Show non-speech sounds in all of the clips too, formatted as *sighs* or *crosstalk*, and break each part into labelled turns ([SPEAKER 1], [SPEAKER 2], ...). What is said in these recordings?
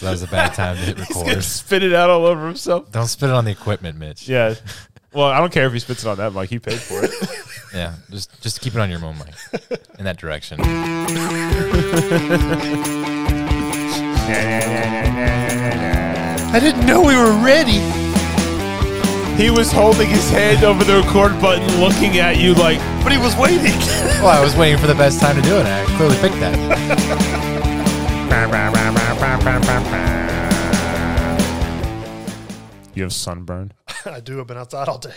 [SPEAKER 1] that was a bad time to
[SPEAKER 2] *laughs*
[SPEAKER 1] hit
[SPEAKER 2] He's gonna
[SPEAKER 1] record.
[SPEAKER 2] spit it out all over himself.
[SPEAKER 1] Don't spit it on the equipment, Mitch.
[SPEAKER 2] Yeah. Well, I don't care if he spits it on that mic. He paid for it.
[SPEAKER 1] Yeah, just just keep it on your own
[SPEAKER 2] *laughs*
[SPEAKER 1] mic in that direction.
[SPEAKER 2] I didn't know we were ready. He was holding his hand over the record button, looking at you like, but he was waiting. *laughs*
[SPEAKER 1] Well, I was waiting for the best time to do it. and I clearly picked that.
[SPEAKER 2] You have sunburn.
[SPEAKER 3] I do. I've been outside all day.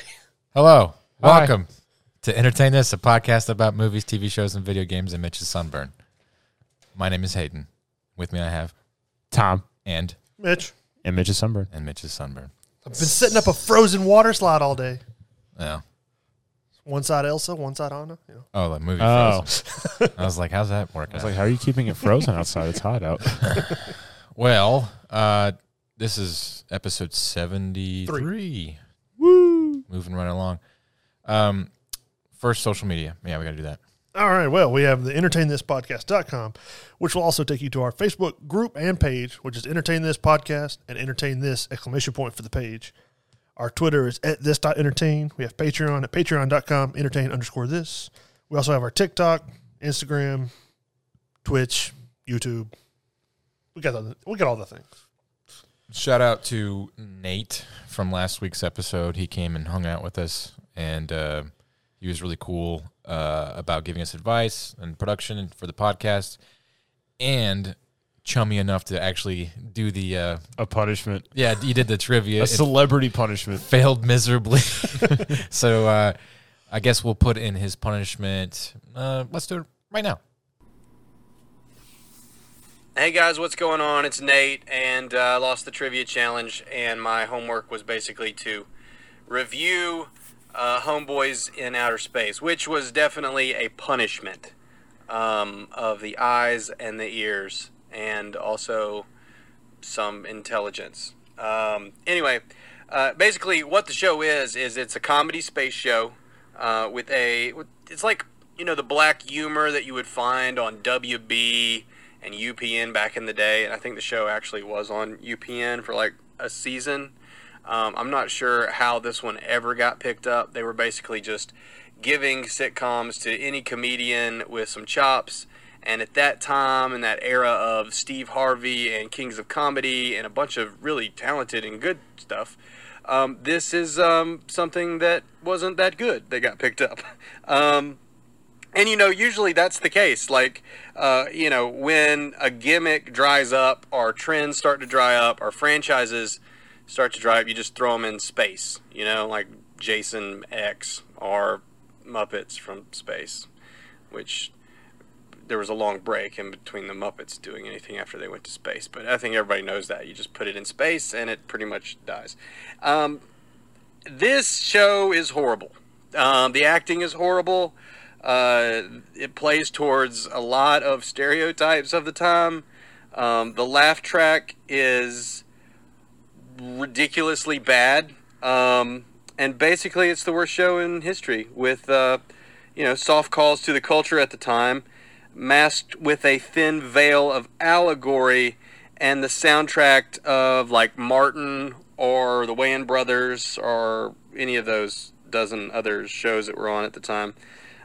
[SPEAKER 1] Hello,
[SPEAKER 2] Hi.
[SPEAKER 1] welcome to Entertain This, a podcast about movies, TV shows, and video games, and Mitch's sunburn. My name is Hayden. With me, I have
[SPEAKER 2] Tom
[SPEAKER 1] and
[SPEAKER 3] Mitch,
[SPEAKER 2] and Mitch's sunburn.
[SPEAKER 1] and Mitch's sunburn.
[SPEAKER 3] I've been setting up a frozen water slide all day.
[SPEAKER 1] Oh,
[SPEAKER 3] One side Elsa, one side Anna. You know,
[SPEAKER 1] oh, the movie.
[SPEAKER 2] Oh,
[SPEAKER 1] Frozen. *laughs* I was like, how's that working?
[SPEAKER 2] I was like, how are you keeping it frozen outside? It's hot out.
[SPEAKER 1] Well, uh, this is episode 73.
[SPEAKER 2] Woo!
[SPEAKER 1] Moving right along. Um, first, social media. Yeah, we got to do that.
[SPEAKER 3] All right. Well, we have the entertainthispodcast.com, which will also take you to our Facebook group and page, which is Entertain This Podcast and Entertain This exclamation point for the page. Our Twitter is at this dot entertain. We have Patreon at patreon.com, entertain underscore this. We also have our TikTok, Instagram, Twitch, YouTube. We got the, we got all the things.
[SPEAKER 1] Shout out to Nate from last week's episode. He came and hung out with us, and uh, he was really cool uh, about giving us advice and production and- for the podcast, and chummy enough to actually do the. Uh,
[SPEAKER 2] A punishment.
[SPEAKER 1] yeah, you did the trivia.
[SPEAKER 2] A
[SPEAKER 1] It
[SPEAKER 2] celebrity punishment.
[SPEAKER 1] failed miserably. *laughs* so uh, I guess we'll put in his punishment. Uh, let's do it right now.
[SPEAKER 4] Hey guys, what's going on? It's Nate, and uh, I lost the trivia challenge, and my homework was basically to review uh, Homeboys in Outer Space, which was definitely a punishment um, of the eyes and the ears, and also some intelligence. Um, anyway, uh, basically, what the show is is it's a comedy space show uh, with a with- it's like you know the black humor that you would find on WB and UPN back in the day, and I think the show actually was on UPN for like a season. Um, I'm not sure how this one ever got picked up. They were basically just giving sitcoms to any comedian with some chops. And at that time, in that era of Steve Harvey and Kings of Comedy and a bunch of really talented and good stuff, um, this is um, something that wasn't that good that got picked up. *laughs* Um, and you know, usually that's the case. Like, uh, you know, when a gimmick dries up, or trends start to dry up, or franchises start to dry up, you just throw them in space. You know, like Jason X or Muppets from space, which there was a long break in between the Muppets doing anything after they went to space. But I think everybody knows that. You just put it in space, and it pretty much dies. Um, this show is horrible. Um, the acting is horrible. Uh, it plays towards a lot of stereotypes of the time. Um, the laugh track is ridiculously bad. Um, and basically, it's the worst show in history with, uh, you know, soft calls to the culture at the time, masked with a thin veil of allegory and the soundtrack of like Martin or the Wayan Brothers or any of those dozen other shows that were on at the time.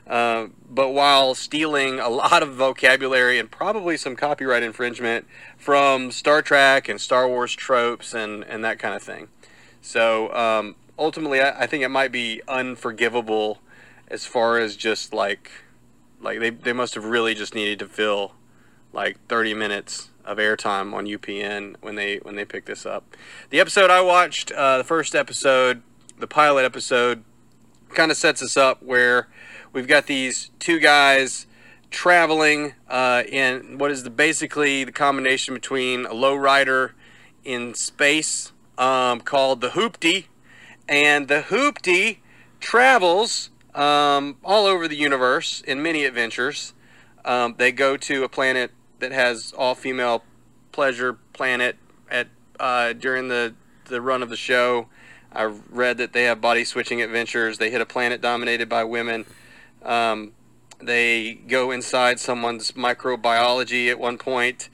[SPEAKER 4] Uh, but while stealing a lot of vocabulary and probably some copyright infringement from Star Trek and Star Wars tropes and, and that kind of thing. So um, ultimately, I, I think it might be unforgivable as far as just like, like they, they must have really just needed to fill like 30 minutes of airtime on UPN when they when they picked this up. The episode I watched, uh, the first episode, the pilot episode, kind of sets us up where we've got these two guys traveling uh, in what is the, basically the combination between a lowrider in space um, called the Hoopty, and the Hoopty travels um, all over the universe in many adventures. Um, they go to a planet that has all female pleasure planet at uh, during the the run of the show. I read that they have body switching adventures. They hit a planet dominated by women. Um, they go inside someone's microbiology at one point.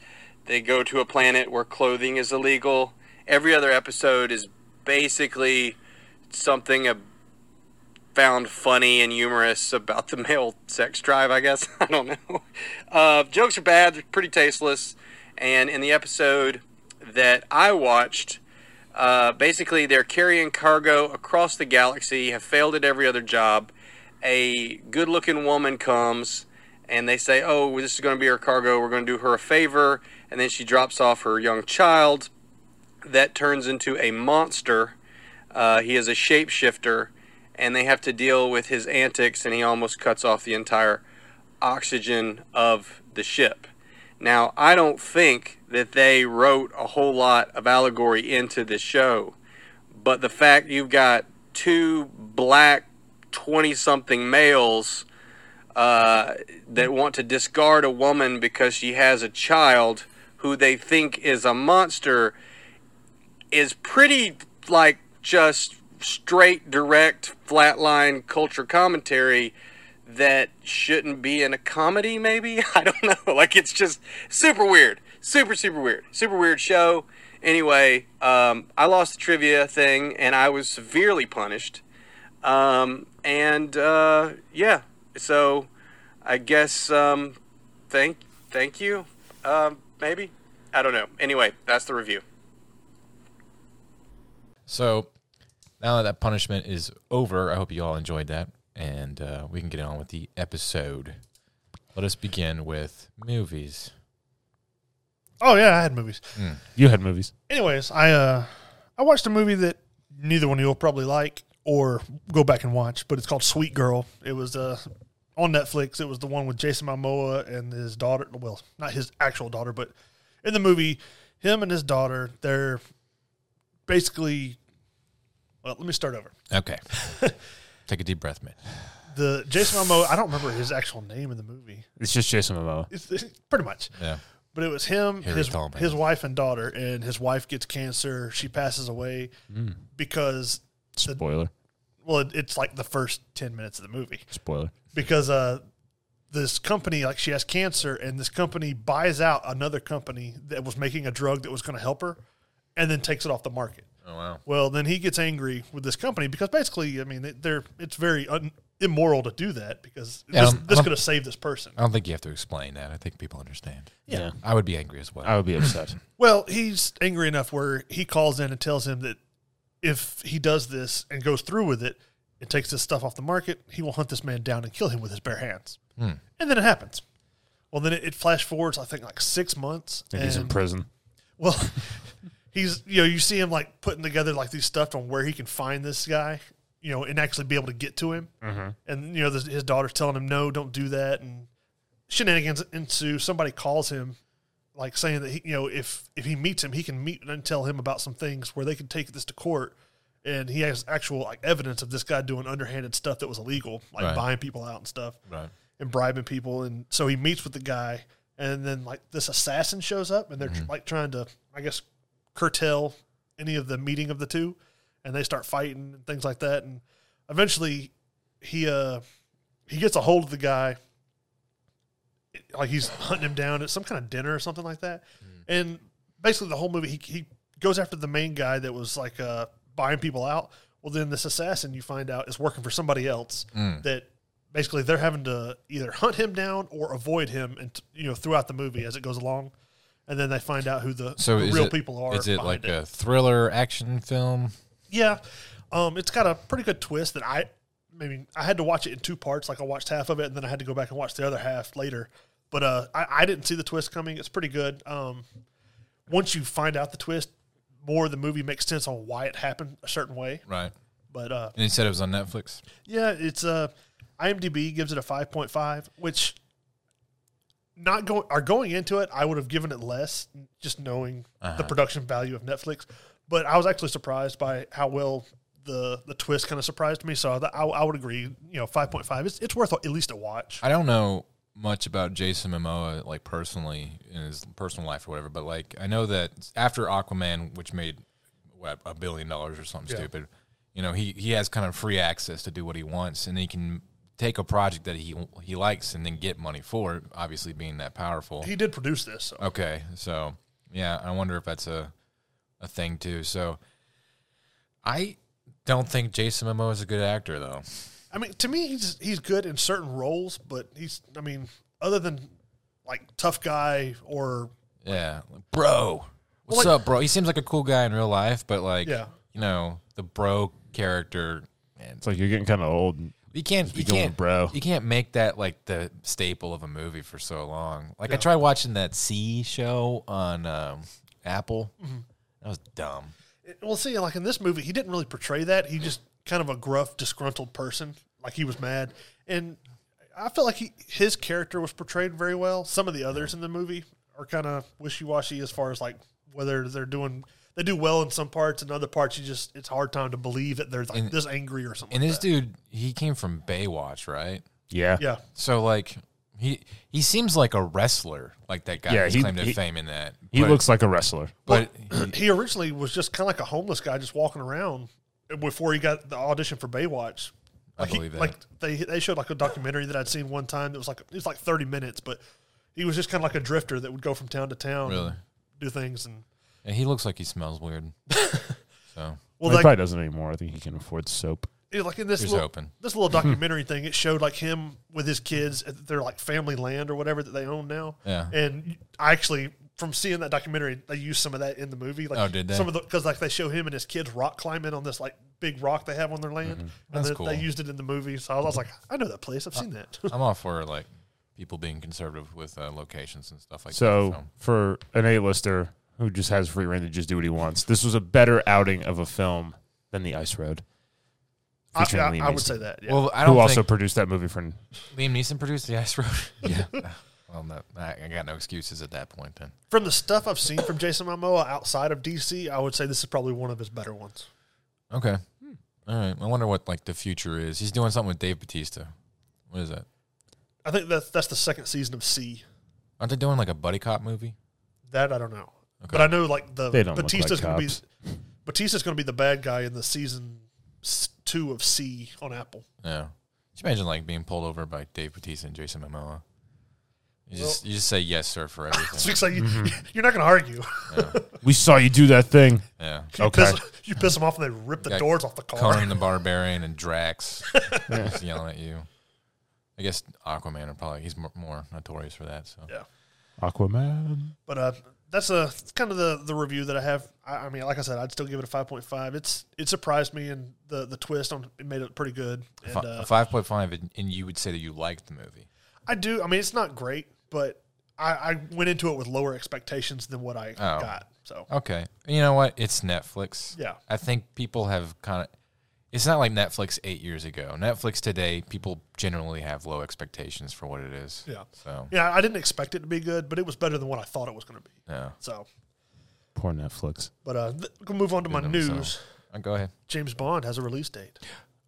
[SPEAKER 4] They go to a planet where clothing is illegal. Every other episode is basically something uh, found funny and humorous about the *laughs* male sex drive, I guess. *laughs* I don't know. Uh, jokes are bad, they're pretty tasteless. And in the episode that I watched, uh, basically, they're carrying cargo across the galaxy, have failed at every other job. A good looking woman comes and they say, Oh, this is going to be her cargo. We're going to do her a favor. And then she drops off her young child that turns into a monster. Uh, he is a shapeshifter, and they have to deal with his antics, and he almost cuts off the entire oxygen of the ship. Now, I don't think that they wrote a whole lot of allegory into this show, but the fact you've got two black 20 something males uh, that want to discard a woman because she has a child who they think is a monster is pretty like just straight, direct, flatline culture commentary that shouldn't be in a comedy, maybe? *laughs* I don't know. Like, it's just super weird. Super, super weird. Super weird show. Anyway, um, I lost the trivia thing and I was severely punished. Um, and uh, yeah, so I guess um, thank, thank you, um, maybe? I don't know. Anyway, that's the review.
[SPEAKER 1] So now that that punishment is over, I hope you all enjoyed that, and uh, we can get on with the episode. Let us begin with movies.
[SPEAKER 3] Oh yeah, I had movies.
[SPEAKER 2] You had movies.
[SPEAKER 3] Anyways, I uh, I watched a movie that neither one of you will probably like or go back and watch, but it's called Sweet Girl. It was uh, on Netflix. It was the one with Jason Momoa and his daughter. Well, not his actual daughter, but in the movie, him and his daughter, they're basically. Well, let me start over.
[SPEAKER 1] Okay, *laughs* take a deep breath, man.
[SPEAKER 3] The Jason Momoa. I don't remember his actual name in the movie.
[SPEAKER 2] It's just Jason Momoa.
[SPEAKER 3] It's, it's pretty much.
[SPEAKER 1] Yeah,
[SPEAKER 3] But it was him,
[SPEAKER 1] Harry
[SPEAKER 3] his,
[SPEAKER 1] Tallman.
[SPEAKER 3] his wife and daughter, and his wife gets cancer. She passes away because
[SPEAKER 2] Spoiler.
[SPEAKER 3] well, it- it's like the first ten minutes of the movie
[SPEAKER 2] Spoiler.
[SPEAKER 3] because uh, this company like she has cancer, and this company buys out another company that was making a drug that was going to help her, and then takes it off the market.
[SPEAKER 1] Oh wow.
[SPEAKER 3] Well, then he gets angry with this company because basically, I mean, they- they're it's very un, immoral to do that because
[SPEAKER 1] Yeah,
[SPEAKER 3] this,
[SPEAKER 1] I'm-
[SPEAKER 3] this
[SPEAKER 1] I'm-
[SPEAKER 3] could have saved this person.
[SPEAKER 1] I don't think you have to explain that. I think people understand.
[SPEAKER 2] Yeah.
[SPEAKER 1] I would be angry as well.
[SPEAKER 2] I would be upset.
[SPEAKER 3] Well, he's angry enough where he calls in and tells him that if he does this and goes through with it and takes this stuff off the market, he will hunt this man down and kill him with his bare hands.
[SPEAKER 2] Hmm.
[SPEAKER 3] And then it happens. Well, then it, it flash forwards, I think, like six months.
[SPEAKER 2] And he's in prison.
[SPEAKER 3] Well, *laughs* he's you know you see him like putting together like these stuff on where he can find this guy, you know, and actually be able to get to him. And you know this, his daughter's telling him no, don't do that, and shenanigans ensue. Somebody calls him, like saying that he, you know if if he meets him, he can meet and tell him about some things where they can take this to court. And he has actual like evidence of this guy doing underhanded stuff that was illegal, like
[SPEAKER 1] Right.
[SPEAKER 3] buying people out and stuff
[SPEAKER 1] Right.
[SPEAKER 3] and bribing people. And so he meets with the guy, and then like this assassin shows up, and they're
[SPEAKER 1] Mm-hmm.
[SPEAKER 3] tr- like trying to, I guess, curtail any of the meeting of the two, and they start fighting and things like that. And eventually, he uh he gets a hold of the guy, like he's hunting him down at some kind of dinner or something like that.
[SPEAKER 1] Mm.
[SPEAKER 3] And basically, the whole movie he he goes after the main guy that was like uh buying people out. Well, then this assassin you find out is working for somebody else
[SPEAKER 1] Mm.
[SPEAKER 3] that basically they're having to either hunt him down or avoid him and you know throughout the movie as it goes along and then they find out who the
[SPEAKER 1] So
[SPEAKER 3] who
[SPEAKER 1] is
[SPEAKER 3] real
[SPEAKER 1] it-
[SPEAKER 3] people are
[SPEAKER 1] Is it like
[SPEAKER 3] behind
[SPEAKER 1] a thriller action film?
[SPEAKER 3] yeah um, it's got a pretty good twist that i i mean i had to watch it in two parts like i watched half of it and then i had to go back and watch the other half later but uh, I, I didn't see the twist coming it's pretty good um, once you find out the twist more of the movie makes sense on why it happened a certain way
[SPEAKER 1] Right.
[SPEAKER 3] but uh,
[SPEAKER 1] And he said it was on Netflix.
[SPEAKER 3] yeah, it's uh IMDb gives it a 5.5, which not going are going into it, I would have given it less just knowing the production value of Netflix, but I was actually surprised by how well the the twist kind of surprised me, so I, I, I would agree, you know, 5.5 it's it's worth at least a watch.
[SPEAKER 1] I don't know much about Jason Momoa, like personally in his personal life or whatever, but like I know that after Aquaman, which made what, a billion dollars or something
[SPEAKER 3] Yeah.
[SPEAKER 1] stupid, you know, he he has kind of free access to do what he wants, and he can take a project that he he likes and then get money for it. Obviously, being that powerful.
[SPEAKER 3] He did produce this. So.
[SPEAKER 1] Okay, so yeah, I wonder if that's a a thing too. So I don't think Jason Momoa is a good actor though.
[SPEAKER 3] I mean, to me, he's he's good in certain roles, but he's. I mean, other than like tough guy or
[SPEAKER 1] Yeah, like, bro, what's
[SPEAKER 3] Well,
[SPEAKER 1] up, bro? He seems like a cool guy in real life, but like,
[SPEAKER 3] Yeah.
[SPEAKER 1] you know, the bro character, man,
[SPEAKER 2] It's like you're getting kind of old.
[SPEAKER 1] you can't,
[SPEAKER 2] be
[SPEAKER 1] you
[SPEAKER 2] going
[SPEAKER 1] can't,
[SPEAKER 2] bro.
[SPEAKER 1] you can't make that like the staple of a movie for so long. Like I tried watching that C show on um, Apple.
[SPEAKER 3] Mm-hmm.
[SPEAKER 1] That was dumb.
[SPEAKER 3] well, see, like in this movie, he didn't really portray that. He just kind of a gruff, disgruntled person. Like he was mad, and I felt like he his character was portrayed very well. Some of the others in the movie are kind of wishy washy as far as like whether they're doing. They do well in some parts, and other parts you just it's hard time to believe that they're like this angry or something.
[SPEAKER 1] And
[SPEAKER 3] like
[SPEAKER 1] this dude, he came from Baywatch, right?
[SPEAKER 2] Yeah.
[SPEAKER 3] that. yeah,
[SPEAKER 1] So like. He he seems like a wrestler, like that guy
[SPEAKER 2] Yeah,
[SPEAKER 1] who's
[SPEAKER 2] he-
[SPEAKER 1] claimed to
[SPEAKER 2] he-
[SPEAKER 1] fame in that.
[SPEAKER 2] He
[SPEAKER 1] But-
[SPEAKER 2] looks like a wrestler.
[SPEAKER 1] but
[SPEAKER 3] he originally was just kind of like a homeless guy just walking around before he got the audition for Baywatch.
[SPEAKER 1] I
[SPEAKER 3] Like he-
[SPEAKER 1] believe that.
[SPEAKER 3] Like they they showed like a documentary that I'd seen one time that was like it was like thirty minutes, but he was just kind of like a drifter that would go from town to town,
[SPEAKER 1] Really?
[SPEAKER 3] and do things, and
[SPEAKER 1] and he looks like he smells
[SPEAKER 2] *laughs*
[SPEAKER 1] weird. so
[SPEAKER 3] well,
[SPEAKER 2] he
[SPEAKER 3] like,
[SPEAKER 2] probably doesn't anymore. I think he can afford soap.
[SPEAKER 3] it- like in this
[SPEAKER 1] Here's
[SPEAKER 3] little,
[SPEAKER 1] hoping. *laughs*
[SPEAKER 3] this little
[SPEAKER 1] Hmm.
[SPEAKER 3] documentary thing, it showed like him with his kids at their like family land or whatever that they own now.
[SPEAKER 1] Yeah.
[SPEAKER 3] And I actually, from seeing that documentary, they used some of that in the movie. Like,
[SPEAKER 1] Oh, did they?
[SPEAKER 3] Some of the because like they show him and his kids rock climbing on this like big rock they have on their land, and
[SPEAKER 1] Mm-hmm. That's
[SPEAKER 3] then
[SPEAKER 1] cool.
[SPEAKER 3] they used it in the movie. So I was, like, I know that place. I've seen that. *laughs*
[SPEAKER 1] I'm all for like people being conservative with uh, locations and stuff like
[SPEAKER 2] So,
[SPEAKER 1] that. So
[SPEAKER 2] for an A-lister who just has free reign to just do what he wants, this was a better outing of a film than The Ice Road.
[SPEAKER 3] I,
[SPEAKER 2] Featuring
[SPEAKER 3] I-
[SPEAKER 2] Liam
[SPEAKER 3] I would
[SPEAKER 2] Neeson,
[SPEAKER 3] say that. Yeah.
[SPEAKER 1] Well, I don't
[SPEAKER 2] who also
[SPEAKER 1] think
[SPEAKER 2] produced that movie for
[SPEAKER 1] Liam Neeson produced The Ice Road. yeah. *laughs* Well, no, I, I got no excuses at that point then.
[SPEAKER 3] from the stuff I've seen from Jason Momoa outside of DC, I would say this is probably one of his better ones.
[SPEAKER 1] Okay. Hmm. All right. I wonder what like the future is. He's doing something with Dave Batista. What is that?
[SPEAKER 3] I think that that's the second season of C.
[SPEAKER 1] Aren't they doing like a buddy cop movie?
[SPEAKER 3] That I don't know,
[SPEAKER 1] Okay.
[SPEAKER 3] but I know like the
[SPEAKER 2] They don't look
[SPEAKER 3] Batista's
[SPEAKER 2] like
[SPEAKER 3] going to
[SPEAKER 2] cops.
[SPEAKER 3] be *laughs* Batista's going to be the bad guy in the season s- two of C on Apple.
[SPEAKER 1] Yeah. Just imagine like being pulled over by Dave Batista and Jason Momoa. You just you just say yes sir for
[SPEAKER 3] So
[SPEAKER 1] everything.
[SPEAKER 3] it's like you,
[SPEAKER 2] Mm-hmm.
[SPEAKER 3] *laughs* you're not going to argue.
[SPEAKER 2] We saw you do that thing.
[SPEAKER 1] yeah.
[SPEAKER 3] You
[SPEAKER 2] Okay.
[SPEAKER 3] piss, you piss them off and they rip the
[SPEAKER 1] Yeah.
[SPEAKER 3] doors off the car.
[SPEAKER 1] Conan the Barbarian and Drax just yelling at you. I guess Aquaman are probably he's more, more notorious for that. So
[SPEAKER 3] *laughs* Yeah,
[SPEAKER 2] Aquaman.
[SPEAKER 3] but uh, that's a that's kind of the, the review that I have. I, I mean, like I said, I'd still give it a five point five. It's it surprised me and the the twist on it made it pretty good. And,
[SPEAKER 1] Fi-
[SPEAKER 3] uh,
[SPEAKER 1] five point five, and, and you would say that you liked the movie.
[SPEAKER 3] I do. I mean, it's not great, but I, I went into it with lower expectations than what I got. So
[SPEAKER 1] Okay, you know what? It's Netflix.
[SPEAKER 3] Yeah.
[SPEAKER 1] I think people have kind of. It's not like Netflix eight years ago. Netflix today, people generally have low expectations for what it is.
[SPEAKER 3] Yeah.
[SPEAKER 1] So
[SPEAKER 3] yeah, I didn't expect it to be good, but it was better than what I thought it was going to be.
[SPEAKER 1] yeah.
[SPEAKER 3] So,
[SPEAKER 2] Poor Netflix.
[SPEAKER 3] but uh, th- we'll move on to my
[SPEAKER 1] So,
[SPEAKER 3] news.
[SPEAKER 1] uh, go ahead.
[SPEAKER 3] James Bond has a release date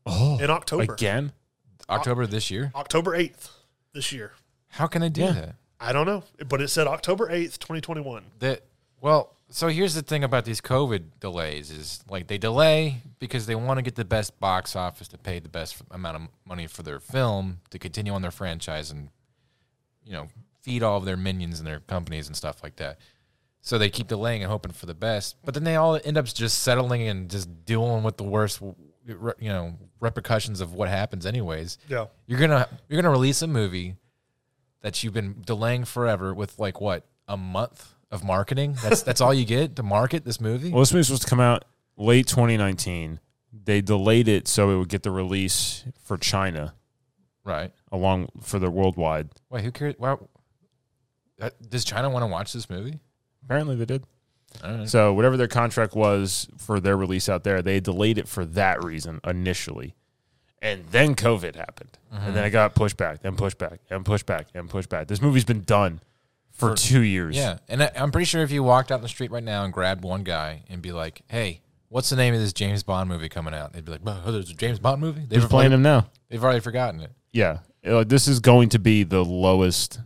[SPEAKER 2] Oh,
[SPEAKER 3] in October.
[SPEAKER 2] again?
[SPEAKER 3] Uh,
[SPEAKER 1] October this year.
[SPEAKER 3] October 8th this year.
[SPEAKER 1] How can I do
[SPEAKER 2] Yeah.
[SPEAKER 1] that?
[SPEAKER 3] I don't know, but it said October 8th, 2021.
[SPEAKER 1] That well, so here's the thing about these COVID delays is like they delay because they want to get the best box office to pay the best amount of money for their film to continue on their franchise and you know feed all of their minions and their companies and stuff like that. So they keep delaying and hoping for the best, but then they all end up just settling and just dealing with the worst, w- re- you know, repercussions of what happens. Anyways,
[SPEAKER 3] Yeah.
[SPEAKER 1] you're gonna you're gonna release a movie that you've been delaying forever with like what a month of marketing. That's that's all you get to market this movie.
[SPEAKER 2] Well, this movie was supposed to come out late 2019. They delayed it so it would get the release for China
[SPEAKER 1] Right.
[SPEAKER 2] along for the worldwide.
[SPEAKER 1] Wait, who cares? Why, that, does China want to watch this movie?
[SPEAKER 2] Apparently they did.
[SPEAKER 1] I don't know.
[SPEAKER 2] So whatever their contract was for their release out there, they delayed it for that reason initially. And then COVID happened. And then it got pushed back, and pushed back, and pushed back, and pushed back. This movie's been done for, two years.
[SPEAKER 1] Yeah, and I, I'm pretty sure if you walked out in the street right now and grabbed one guy and be like, "Hey, what's the name of this James Bond movie coming out?" They'd be like, "Oh, there's a James Bond movie." They've
[SPEAKER 2] Who's playing him now?
[SPEAKER 1] They've already forgotten it.
[SPEAKER 2] Yeah. Uh, This is going to be the lowest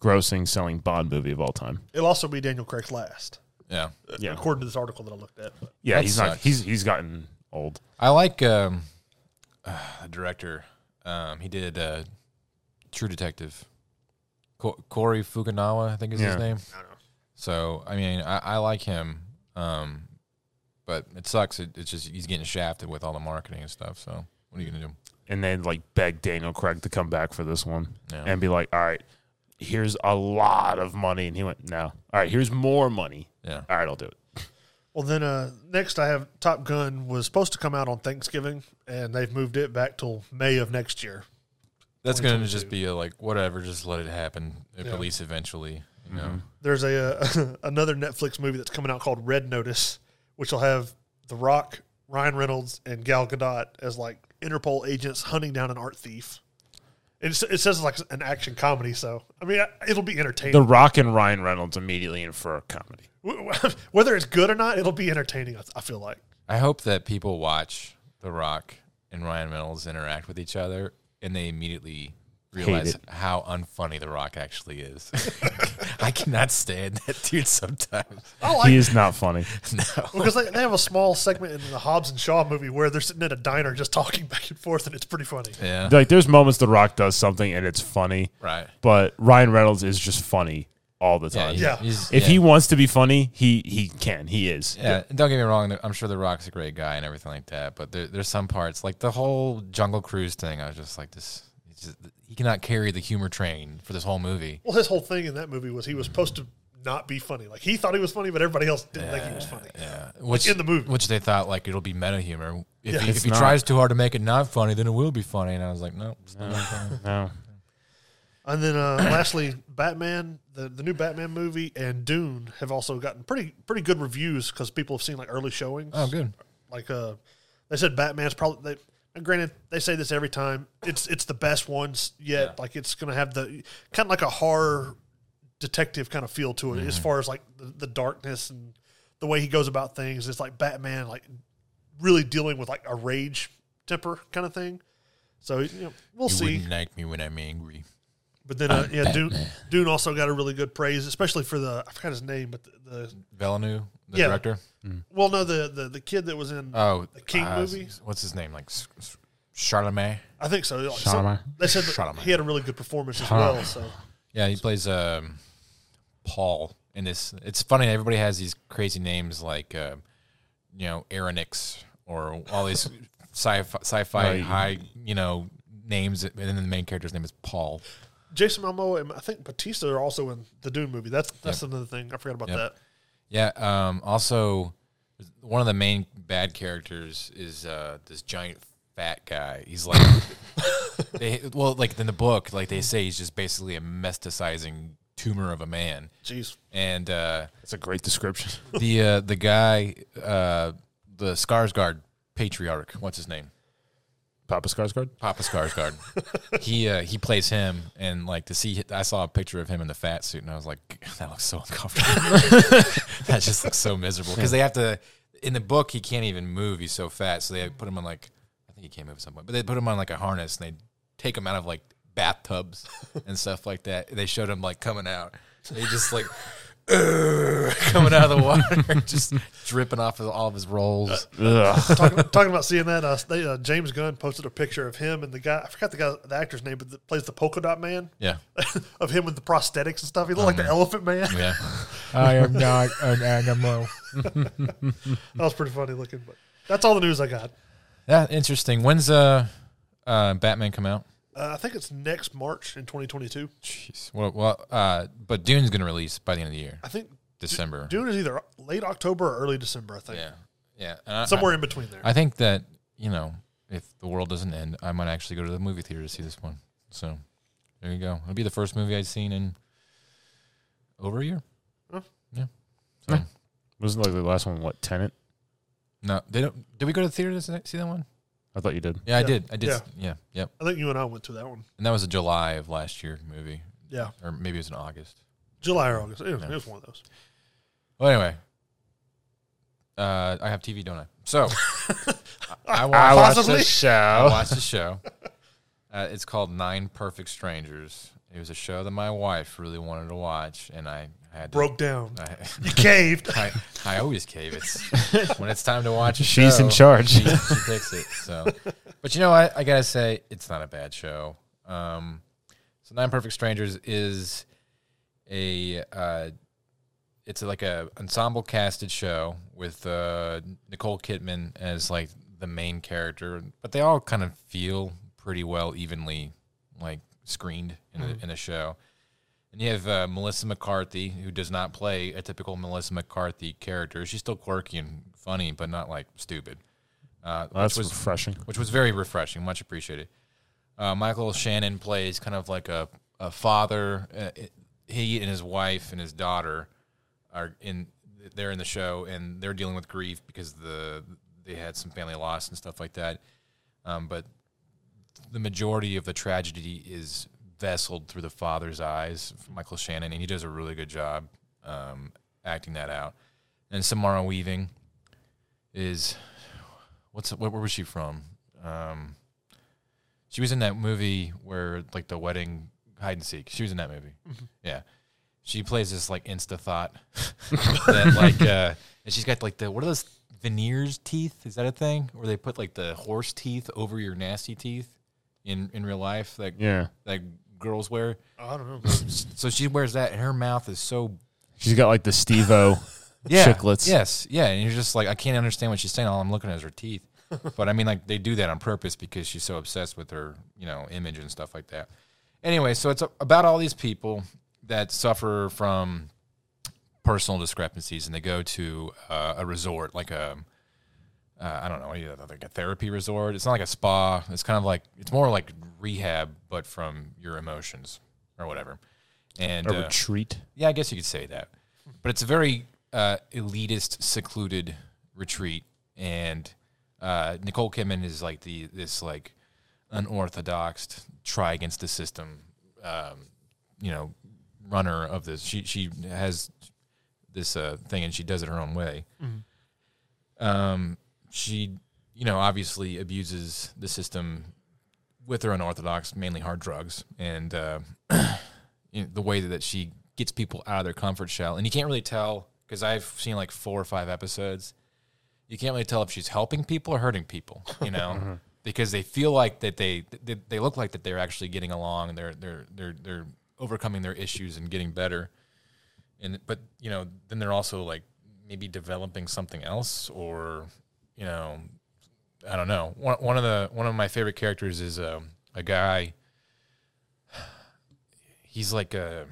[SPEAKER 2] grossing selling Bond movie of all time.
[SPEAKER 3] It'll also be Daniel Craig's last,
[SPEAKER 1] Yeah,
[SPEAKER 2] Yeah.
[SPEAKER 3] according to this article that I looked at. But
[SPEAKER 2] Yeah,
[SPEAKER 1] That
[SPEAKER 2] he's not
[SPEAKER 1] sucks.
[SPEAKER 2] he's he's gotten old.
[SPEAKER 1] I like um, uh, the director. Um, he did uh, True Detective. Co- Corey Fukunawa, I think is
[SPEAKER 2] Yeah.
[SPEAKER 1] his name.
[SPEAKER 4] I don't know.
[SPEAKER 1] So I mean, I, I like him, um, but it sucks. It, it's just he's getting shafted with all the marketing and stuff. So what are you gonna do?
[SPEAKER 2] and then like beg Daniel Craig to come back for this one
[SPEAKER 1] Yeah.
[SPEAKER 2] and be like, all right, here's a lot of money. And he went, no. All right, here's more money.
[SPEAKER 1] Yeah.
[SPEAKER 2] All right, I'll do it.
[SPEAKER 3] Well, then uh, next I have Top Gun was supposed to come out on Thanksgiving, and they've moved it back till May of next year.
[SPEAKER 1] That's going to
[SPEAKER 3] 2022.
[SPEAKER 1] just be a, like whatever. Just let it happen. It
[SPEAKER 3] Yeah.
[SPEAKER 1] release eventually. You know.
[SPEAKER 2] Mm-hmm.
[SPEAKER 3] There's a *laughs* uh, another Netflix movie that's coming out called Red Notice, which will have The Rock, Ryan Reynolds, and Gal Gadot as like Interpol agents hunting down an art thief. It, s- it says it's like an action comedy, so I mean I- it'll be
[SPEAKER 2] The
[SPEAKER 3] entertaining.
[SPEAKER 2] Rock and Ryan Reynolds immediately infer comedy.
[SPEAKER 3] W- w- *laughs* Whether it's good or not, it'll be entertaining. I th- I feel like
[SPEAKER 1] I hope that people watch The Rock and Ryan Reynolds interact with each other, and they immediately realize
[SPEAKER 2] it.
[SPEAKER 1] how unfunny The Rock actually is. *laughs* I cannot stand that dude *laughs* sometimes.
[SPEAKER 3] I like
[SPEAKER 2] he is not
[SPEAKER 3] *laughs*
[SPEAKER 2] funny.
[SPEAKER 1] No.
[SPEAKER 3] because they, they have a small segment in the Hobbs and Shaw movie where they're sitting at a diner just *laughs* talking back and forth, and it's pretty funny.
[SPEAKER 1] Yeah.
[SPEAKER 2] like, there's moments The Rock does something and it's funny,
[SPEAKER 1] Right.
[SPEAKER 2] but Ryan Reynolds is just funny all the
[SPEAKER 1] Yeah.
[SPEAKER 2] time.
[SPEAKER 1] he's-
[SPEAKER 3] Yeah.
[SPEAKER 1] he's-
[SPEAKER 2] If
[SPEAKER 1] yeah.
[SPEAKER 2] he wants to be funny, he he can. He is.
[SPEAKER 1] Yeah, and don't get me wrong. I'm sure The Rock's a great guy and everything like that, but there, there's some parts like the whole Jungle Cruise thing. I was just like, this. he's Just, he cannot carry the humor train for this whole movie.
[SPEAKER 3] Well, his whole thing in that movie was he was supposed to not be funny. Like he thought he was funny, but everybody else didn't think he was funny.
[SPEAKER 1] Yeah, which
[SPEAKER 3] in the movie.
[SPEAKER 1] which they thought like it'll be meta humor. If
[SPEAKER 3] Yeah.
[SPEAKER 1] he,
[SPEAKER 2] It's
[SPEAKER 1] if he
[SPEAKER 2] not.
[SPEAKER 1] tries too hard to make it not funny, then it will be funny. And I was like, no, it's not funny.
[SPEAKER 2] No.
[SPEAKER 3] And then uh, *clears throat* lastly, Batman, the, the new Batman movie and Dune have also gotten pretty pretty good reviews because people have seen like early showings.
[SPEAKER 1] oh, good.
[SPEAKER 3] Like uh, they said Batman's probably they. And granted, they say this every time. It's it's the best ones yet. Like it's gonna have the kind of like a horror detective kind of feel to it,
[SPEAKER 1] Mm-hmm.
[SPEAKER 3] as far as like the, the darkness and the way he goes about things. It's like Batman, like really dealing with like a rage temper kind of thing. So you know, we'll
[SPEAKER 1] You
[SPEAKER 3] see.
[SPEAKER 1] wouldn't like me when I'm angry.
[SPEAKER 3] But then, uh, yeah, Dune, Dune also got a really good praise, especially for the I forgot his name, but the, the
[SPEAKER 1] Villeneuve, the
[SPEAKER 3] Yeah.
[SPEAKER 1] director.
[SPEAKER 3] well, no, the, the the kid that was in,
[SPEAKER 1] Oh,
[SPEAKER 3] The King
[SPEAKER 1] uh,
[SPEAKER 3] movie?
[SPEAKER 1] What's his name? Like S- S- Charlemagne.
[SPEAKER 3] I think so. Like, so
[SPEAKER 2] Shyamalan.
[SPEAKER 3] they said that
[SPEAKER 1] Shyamalan.
[SPEAKER 3] he had a really good performance as well. So
[SPEAKER 1] Yeah, he plays um, Paul in this. It's funny. Everybody has these crazy names like, um you know, Aronix or all these *laughs* sci-fi, sci-fi
[SPEAKER 2] Right.
[SPEAKER 1] high, you know, names. And then the main character's name is Paul.
[SPEAKER 3] Jason Momoa and I think Batista are also in the Dune movie. That's that's another thing I forgot about
[SPEAKER 1] Yep.
[SPEAKER 3] that.
[SPEAKER 1] Yeah. Um, also, one of the main bad characters is uh, this giant fat guy. He's like, they, well, like in the book, like they say, he's just basically a mesticizing tumor of a man.
[SPEAKER 3] Jeez,
[SPEAKER 1] And uh,
[SPEAKER 2] That's a great description.
[SPEAKER 1] the uh, the guy, uh, the Skarsgård patriarch, what's his name?
[SPEAKER 2] *laughs* Papa Skarsgård?
[SPEAKER 1] Papa Skarsgård.
[SPEAKER 5] *laughs*
[SPEAKER 1] he uh, he plays him, and like to see, I saw a picture of him in the fat suit, and I was like, that looks so
[SPEAKER 5] *laughs*
[SPEAKER 1] uncomfortable. that just looks so miserable because they have to. In the book, he can't even move; he's so fat. So they put him on like I think he can't move at some point, but they put him on like a harness, and they take him out of like bathtubs and stuff like that. They showed him like coming out. They just like. *laughs* coming out of the water, *laughs* just dripping off of all of his
[SPEAKER 5] Uh,
[SPEAKER 1] rolls.
[SPEAKER 2] Ugh.
[SPEAKER 3] talking, *laughs* talking about seeing that, uh, they, uh, James Gunn posted a picture of him and the guy. I forgot the guy, the actor's name, but that plays the polka dot man. *laughs*
[SPEAKER 1] Yeah,
[SPEAKER 3] of him with the prosthetics and stuff. He looked
[SPEAKER 1] Mm-hmm.
[SPEAKER 3] like the Elephant Man.
[SPEAKER 1] *laughs* yeah.
[SPEAKER 5] I am not an animal.
[SPEAKER 3] that was pretty funny looking. But that's all the news I got.
[SPEAKER 1] That interesting. When's uh, uh Batman come out?
[SPEAKER 3] Uh, I think it's next March in 2022.
[SPEAKER 1] Jeez. Well, well, uh, but Dune's gonna release by the end of the year,
[SPEAKER 3] I think
[SPEAKER 1] December.
[SPEAKER 3] Uh, Dune is either late October or early December. I think
[SPEAKER 1] Yeah, yeah. And I,
[SPEAKER 3] somewhere in between there.
[SPEAKER 1] I, I think that you know, if the world doesn't end, I might actually go to the movie theater to see this one. So there you go. It'll be the first movie I'd seen in over a year.
[SPEAKER 3] Huh.
[SPEAKER 1] Yeah. So,
[SPEAKER 2] *laughs* Wasn't like the last one, what, Tenant?
[SPEAKER 1] No, they don't. Did we go to the theater to see- see that one?
[SPEAKER 2] I thought you did.
[SPEAKER 1] Yeah, I
[SPEAKER 3] Yeah.
[SPEAKER 1] did. I did.
[SPEAKER 3] Yeah.
[SPEAKER 1] Yeah. yeah. Yep.
[SPEAKER 3] I think you and I went to that one.
[SPEAKER 1] And that was a July of last year movie,
[SPEAKER 3] Yeah,
[SPEAKER 1] or maybe it was in August.
[SPEAKER 3] July or August. It was,
[SPEAKER 1] Yeah.
[SPEAKER 3] it was one of those.
[SPEAKER 1] Well, anyway, uh, I have TV, don't I?
[SPEAKER 3] *laughs*
[SPEAKER 1] So I, I
[SPEAKER 2] I
[SPEAKER 1] watched.
[SPEAKER 2] watched
[SPEAKER 3] Possibly.
[SPEAKER 2] the
[SPEAKER 1] I
[SPEAKER 2] show.
[SPEAKER 3] *laughs*
[SPEAKER 1] watched the show. Uh, it's called Nine Perfect Strangers. It was a show that my wife really wanted to watch, and I had to,
[SPEAKER 3] Broke down.
[SPEAKER 1] I,
[SPEAKER 3] You
[SPEAKER 1] *laughs*
[SPEAKER 3] caved.
[SPEAKER 1] I, I always cave.
[SPEAKER 2] *laughs*
[SPEAKER 1] It's when it's time to watch a show.
[SPEAKER 2] She's in charge.
[SPEAKER 1] She, she picks it. So, but you know, I, I gotta say, it's not a bad show. Um, so Nine Perfect Strangers is a uh, it's like a ensemble casted show with uh, Nicole Kidman as like the main character, but they all kind of feel pretty well evenly like screened in
[SPEAKER 2] Mm-hmm.
[SPEAKER 1] a, in a show. And you have uh, Melissa McCarthy, who does not play a typical Melissa McCarthy character. She's still quirky and funny, but not like stupid. Uh,
[SPEAKER 2] Well, that's
[SPEAKER 1] which was
[SPEAKER 2] refreshing.
[SPEAKER 1] which was very refreshing, much appreciated. Uh, Michael Shannon plays kind of like a, a father. Uh, it- he and his wife and his daughter are in they're in the show and they're dealing with grief because the they had some family loss and stuff like that. Um, but the majority of the tragedy is vesseled through the father's eyes, from Michael Shannon, and he does a really good job um, acting that out. And Samara Weaving is what's what, where was she from? Um, she was in that movie where like the wedding hide and seek. She was in that movie. Yeah, she plays this like insta thought *laughs* that like uh, and she's got like the what are those veneers teeth? Is that a thing where they put like the horse teeth over your nasty teeth in in real life? Like
[SPEAKER 2] Yeah.
[SPEAKER 1] like girls wear.
[SPEAKER 3] I don't know.
[SPEAKER 1] So she wears that, and her mouth is so
[SPEAKER 2] She's got like the Steve *laughs* O
[SPEAKER 1] yeah.
[SPEAKER 2] chiclets.
[SPEAKER 1] Yes, yeah, and you're just like, I can't understand what she's saying. All I'm looking at is her teeth. but I mean, like they do that on purpose because she's so obsessed with her, you know, image and stuff like that. Anyway, so it's a- about all these people that suffer from personal discrepancies, and they go to uh, a resort, like a, uh, I don't know, either like a therapy resort. It's not like a spa. It's kind of like it's more like rehab, but from your emotions or whatever. And
[SPEAKER 2] A
[SPEAKER 1] uh,
[SPEAKER 2] retreat.
[SPEAKER 1] yeah, I guess you could say that. But it's a very uh, elitist, secluded retreat, and uh, Nicole Kidman is like the this like unorthodox, try against the system, um, you know, runner of this. She she has this uh, thing, and she does it her own way. Um, she, you know, obviously abuses the system with her unorthodox, mainly hard drugs, and. Uh, you know, the way that she gets people out of their comfort shell. And you can't really tell because I've seen like four or five episodes. You can't really tell if she's helping people or hurting people, you know, because they feel like that they, they they look like that they're actually getting along and they're they're they're they're overcoming their issues and getting better. And but you know, then they're also like maybe developing something else or you know, I don't know. One one of the one of my favorite characters is um, a guy he's like a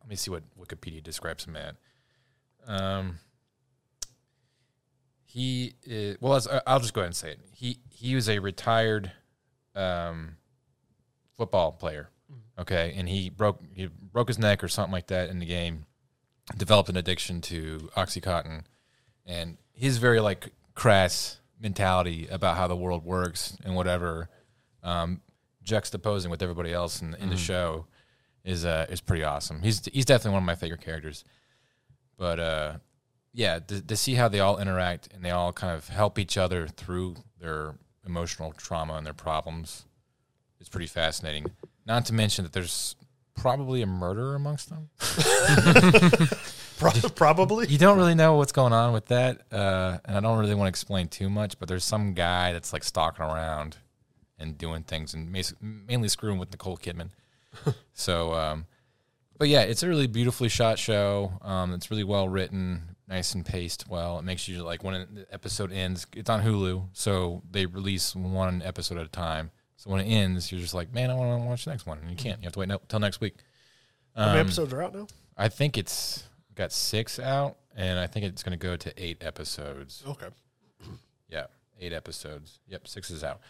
[SPEAKER 1] let me see what wikipedia describes him at um he is, well as- i'll just go ahead and say it he he was a retired um football player okay and he broke he broke his neck or something like that in the game developed an addiction to oxycontin and his very like crass mentality about how the world works and whatever um, juxtaposing with everybody else in, in the show is uh, is pretty awesome. He's he's definitely one of my favorite characters. But uh, yeah, to, to see how they all interact and they all kind of help each other through their emotional trauma and their problems is pretty fascinating. Not to mention that there's probably a murderer amongst them.
[SPEAKER 3] Pro-
[SPEAKER 1] *laughs*
[SPEAKER 3] probably.
[SPEAKER 1] You don't really know what's going on with that, uh, and I don't really want to explain too much. But there's some guy that's like stalking around and doing things, and mas- mainly screwing with Nicole Kidman. so, um, but yeah, it's a really beautifully shot show. Um, it's really well written, nice and paced well. It makes you like when the episode ends. It's on Hulu, so they release one episode at a time. So when it ends, you're just like, man, I want to watch the next one, and you can't. You have to wait until next week.
[SPEAKER 3] How many
[SPEAKER 1] Um,
[SPEAKER 3] episodes are out now?
[SPEAKER 1] I think it's got six out, and I think it's going to go to eight episodes.
[SPEAKER 3] Okay.
[SPEAKER 1] Yeah, eight episodes. Yep, six is out.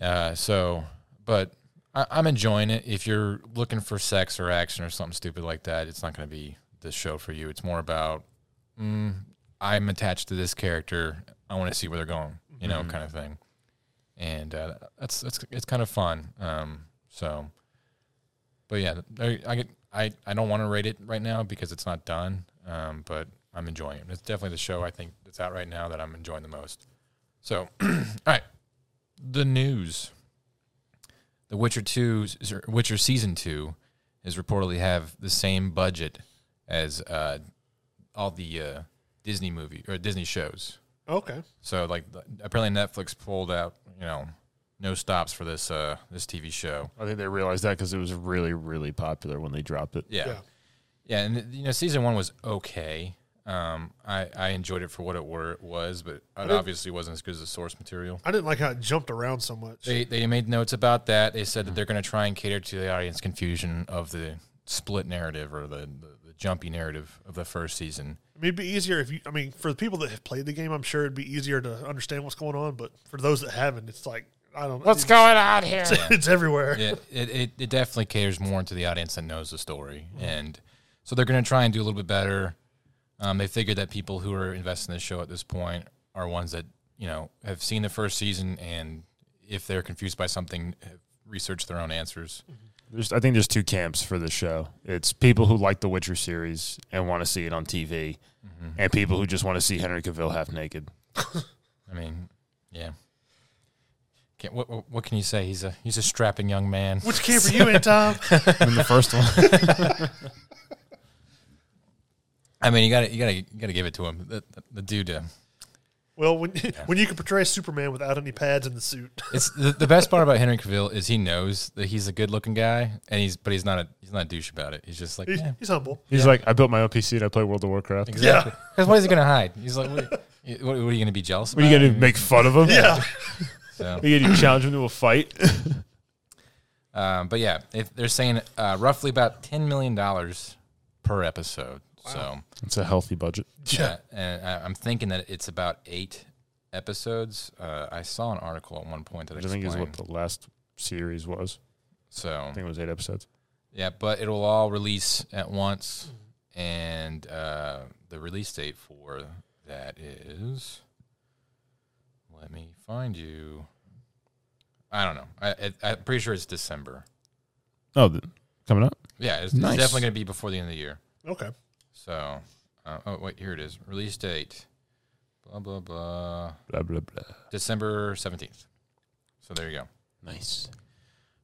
[SPEAKER 1] Uh, so, but I, I'm enjoying it. If you're looking for sex or action or something stupid like that, it's not going to be the show for you. It's more about mm, I'm attached to this character. I want to see where they're going, you know, kind of thing. And uh, that's that's it's kind of fun. Um, so, but yeah, I I, get- I, I don't want to rate it right now because it's not done. Um, but I'm enjoying it. It's definitely the show I think that's out right now that I'm enjoying *clears throat* the most. So, all right, the news. The The Witcher Two, Witcher Season Two, is reportedly have the same budget as uh, all the uh, Disney movie or Disney shows.
[SPEAKER 3] Okay.
[SPEAKER 1] So like th- apparently Netflix pulled out, you know, no stops for this uh this TV show.
[SPEAKER 2] I think they realized that because it was really, really popular when they dropped it.
[SPEAKER 1] Yeah.
[SPEAKER 3] Yeah.
[SPEAKER 1] Yeah, and you know season 1 was okay. Um I I enjoyed it for what it were was, but it obviously wasn't as good as the source material.
[SPEAKER 3] I didn't like how it jumped around so much.
[SPEAKER 1] They they made notes about that. They said that they're going to try and cater to the audience confusion of the split narrative or the, the the jumpy narrative of the first season.
[SPEAKER 3] I mean, it'd be easier if you. I mean, for the people that have played the game, I'm sure it'd be easier to understand what's going on. But for those that haven't, it's like I don't. know. It's,
[SPEAKER 2] going on here?
[SPEAKER 3] *laughs* it's everywhere.
[SPEAKER 1] it, it, it, it definitely caters more to the audience that knows the story. And so they're going to try and do a little bit better. Um, they figured that people who are investing in the show at this point are ones that, you know, have seen the first season and if they're confused by something, have researched their own answers.
[SPEAKER 2] There's, I think there's two camps for the show. It's people who like the Witcher series and want to see it on TV, and people who just want to see Henry Cavill half naked.
[SPEAKER 1] I mean, yeah. Can't, what, what, what can you say? He's a he's a strapping young man.
[SPEAKER 3] Which camp are you
[SPEAKER 1] *laughs*
[SPEAKER 3] in, Tom?
[SPEAKER 2] In the first one,
[SPEAKER 1] I mean, you got to you got to you got to give it to him. The, the, the dude, uh,
[SPEAKER 3] well, when *laughs* when you can portray Superman without any pads in the suit, *laughs*
[SPEAKER 1] It's the, the best part about Henry Cavill is he knows that he's a good looking guy, and he's but he's not a he's not a douche about it. He's just like
[SPEAKER 3] he's,
[SPEAKER 1] yeah,
[SPEAKER 3] he's humble.
[SPEAKER 2] *laughs* he's like, I built my own PC and I play World of Warcraft.
[SPEAKER 1] exactly. Because what is he gonna hide? He's like, what, what, what are you gonna be jealous?
[SPEAKER 2] What are you
[SPEAKER 1] about?
[SPEAKER 2] gonna do, make fun of him?
[SPEAKER 3] Yeah,
[SPEAKER 1] So,
[SPEAKER 2] you gonna challenge him to a fight?
[SPEAKER 1] um, but yeah, if they're saying uh, roughly about ten million dollars per episode. So
[SPEAKER 2] It's a healthy budget. *laughs*
[SPEAKER 3] *laughs*
[SPEAKER 1] yeah, and I, I'm thinking that it's about eight episodes. Uh, I saw an article at one point that
[SPEAKER 2] Which I think
[SPEAKER 1] explained.
[SPEAKER 2] is what the last series was.
[SPEAKER 1] so
[SPEAKER 2] I think it was eight episodes.
[SPEAKER 1] Yeah, but it'll all release at once, and uh, the release date for that is. Let me find you. I don't know. I, I, I'm pretty sure it's December.
[SPEAKER 2] Oh, coming up.
[SPEAKER 1] Yeah, it's,
[SPEAKER 2] Nice.
[SPEAKER 1] it's definitely going to be before the end of the year.
[SPEAKER 3] okay.
[SPEAKER 1] So, uh, oh wait, here it is. Release date, blah blah blah,
[SPEAKER 2] Blah blah blah.
[SPEAKER 1] December seventeenth. So there you go.
[SPEAKER 2] Nice.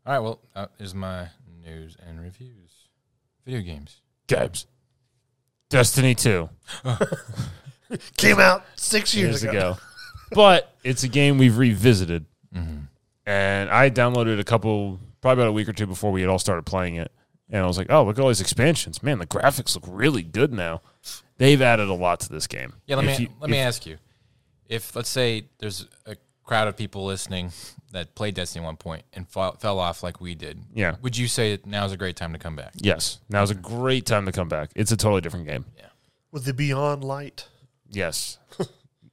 [SPEAKER 1] All right. Well, uh, is my news and reviews. Video games.
[SPEAKER 2] Gabs. Destiny two.
[SPEAKER 3] Came out six
[SPEAKER 2] years
[SPEAKER 3] years, ago.
[SPEAKER 2] ago. *laughs* but it's a game we've revisited. And I downloaded a couple, probably about a week or two before we had all started playing it. And I was like, oh, look at all these expansions. Man, the graphics look really good now. They've added a lot to this game.
[SPEAKER 1] Yeah, let
[SPEAKER 2] If
[SPEAKER 1] me
[SPEAKER 2] you-
[SPEAKER 1] let me
[SPEAKER 2] if-
[SPEAKER 1] ask you. If let's say there's a crowd of people listening that played Destiny at one point and fall, fell off like we did,
[SPEAKER 2] Yeah.
[SPEAKER 1] would you say that now's a great time to come back?
[SPEAKER 2] Yes. Now's a great time to come back. It's a totally different game.
[SPEAKER 3] with the Beyond Light.
[SPEAKER 1] *laughs*
[SPEAKER 2] Yes.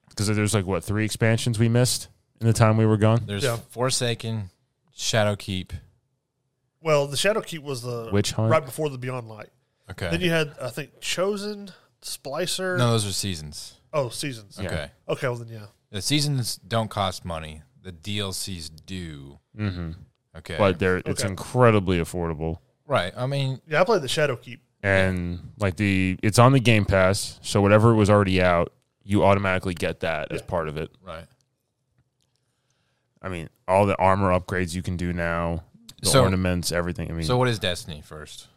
[SPEAKER 2] Because there's like, what, three expansions we missed in the time we were gone?
[SPEAKER 1] There's
[SPEAKER 3] Yeah.
[SPEAKER 1] Forsaken, Shadowkeep.
[SPEAKER 3] Well, the Shadow Keep was the
[SPEAKER 2] Witch Hunt?
[SPEAKER 3] right before the Beyond Light.
[SPEAKER 1] Okay,
[SPEAKER 3] Then you had, I think, Chosen, Splicer.
[SPEAKER 1] no, those are seasons.
[SPEAKER 3] Oh, seasons.
[SPEAKER 2] Yeah.
[SPEAKER 1] Okay,
[SPEAKER 3] Okay, well then yeah.
[SPEAKER 1] the seasons don't cost money. The DLCs do.
[SPEAKER 2] Mm-hmm.
[SPEAKER 1] Okay,
[SPEAKER 2] But they're, it's
[SPEAKER 3] Okay.
[SPEAKER 2] incredibly affordable.
[SPEAKER 1] right. I mean,
[SPEAKER 3] Yeah, I played the Shadow Keep.
[SPEAKER 2] and like the it's on the Game Pass, so whatever was already out, you automatically get that as
[SPEAKER 3] Yeah.
[SPEAKER 2] part of it.
[SPEAKER 1] right.
[SPEAKER 2] I mean, all the armor upgrades you can do now, the
[SPEAKER 1] So-
[SPEAKER 2] ornaments, everything. I mean,
[SPEAKER 1] So what is Destiny first?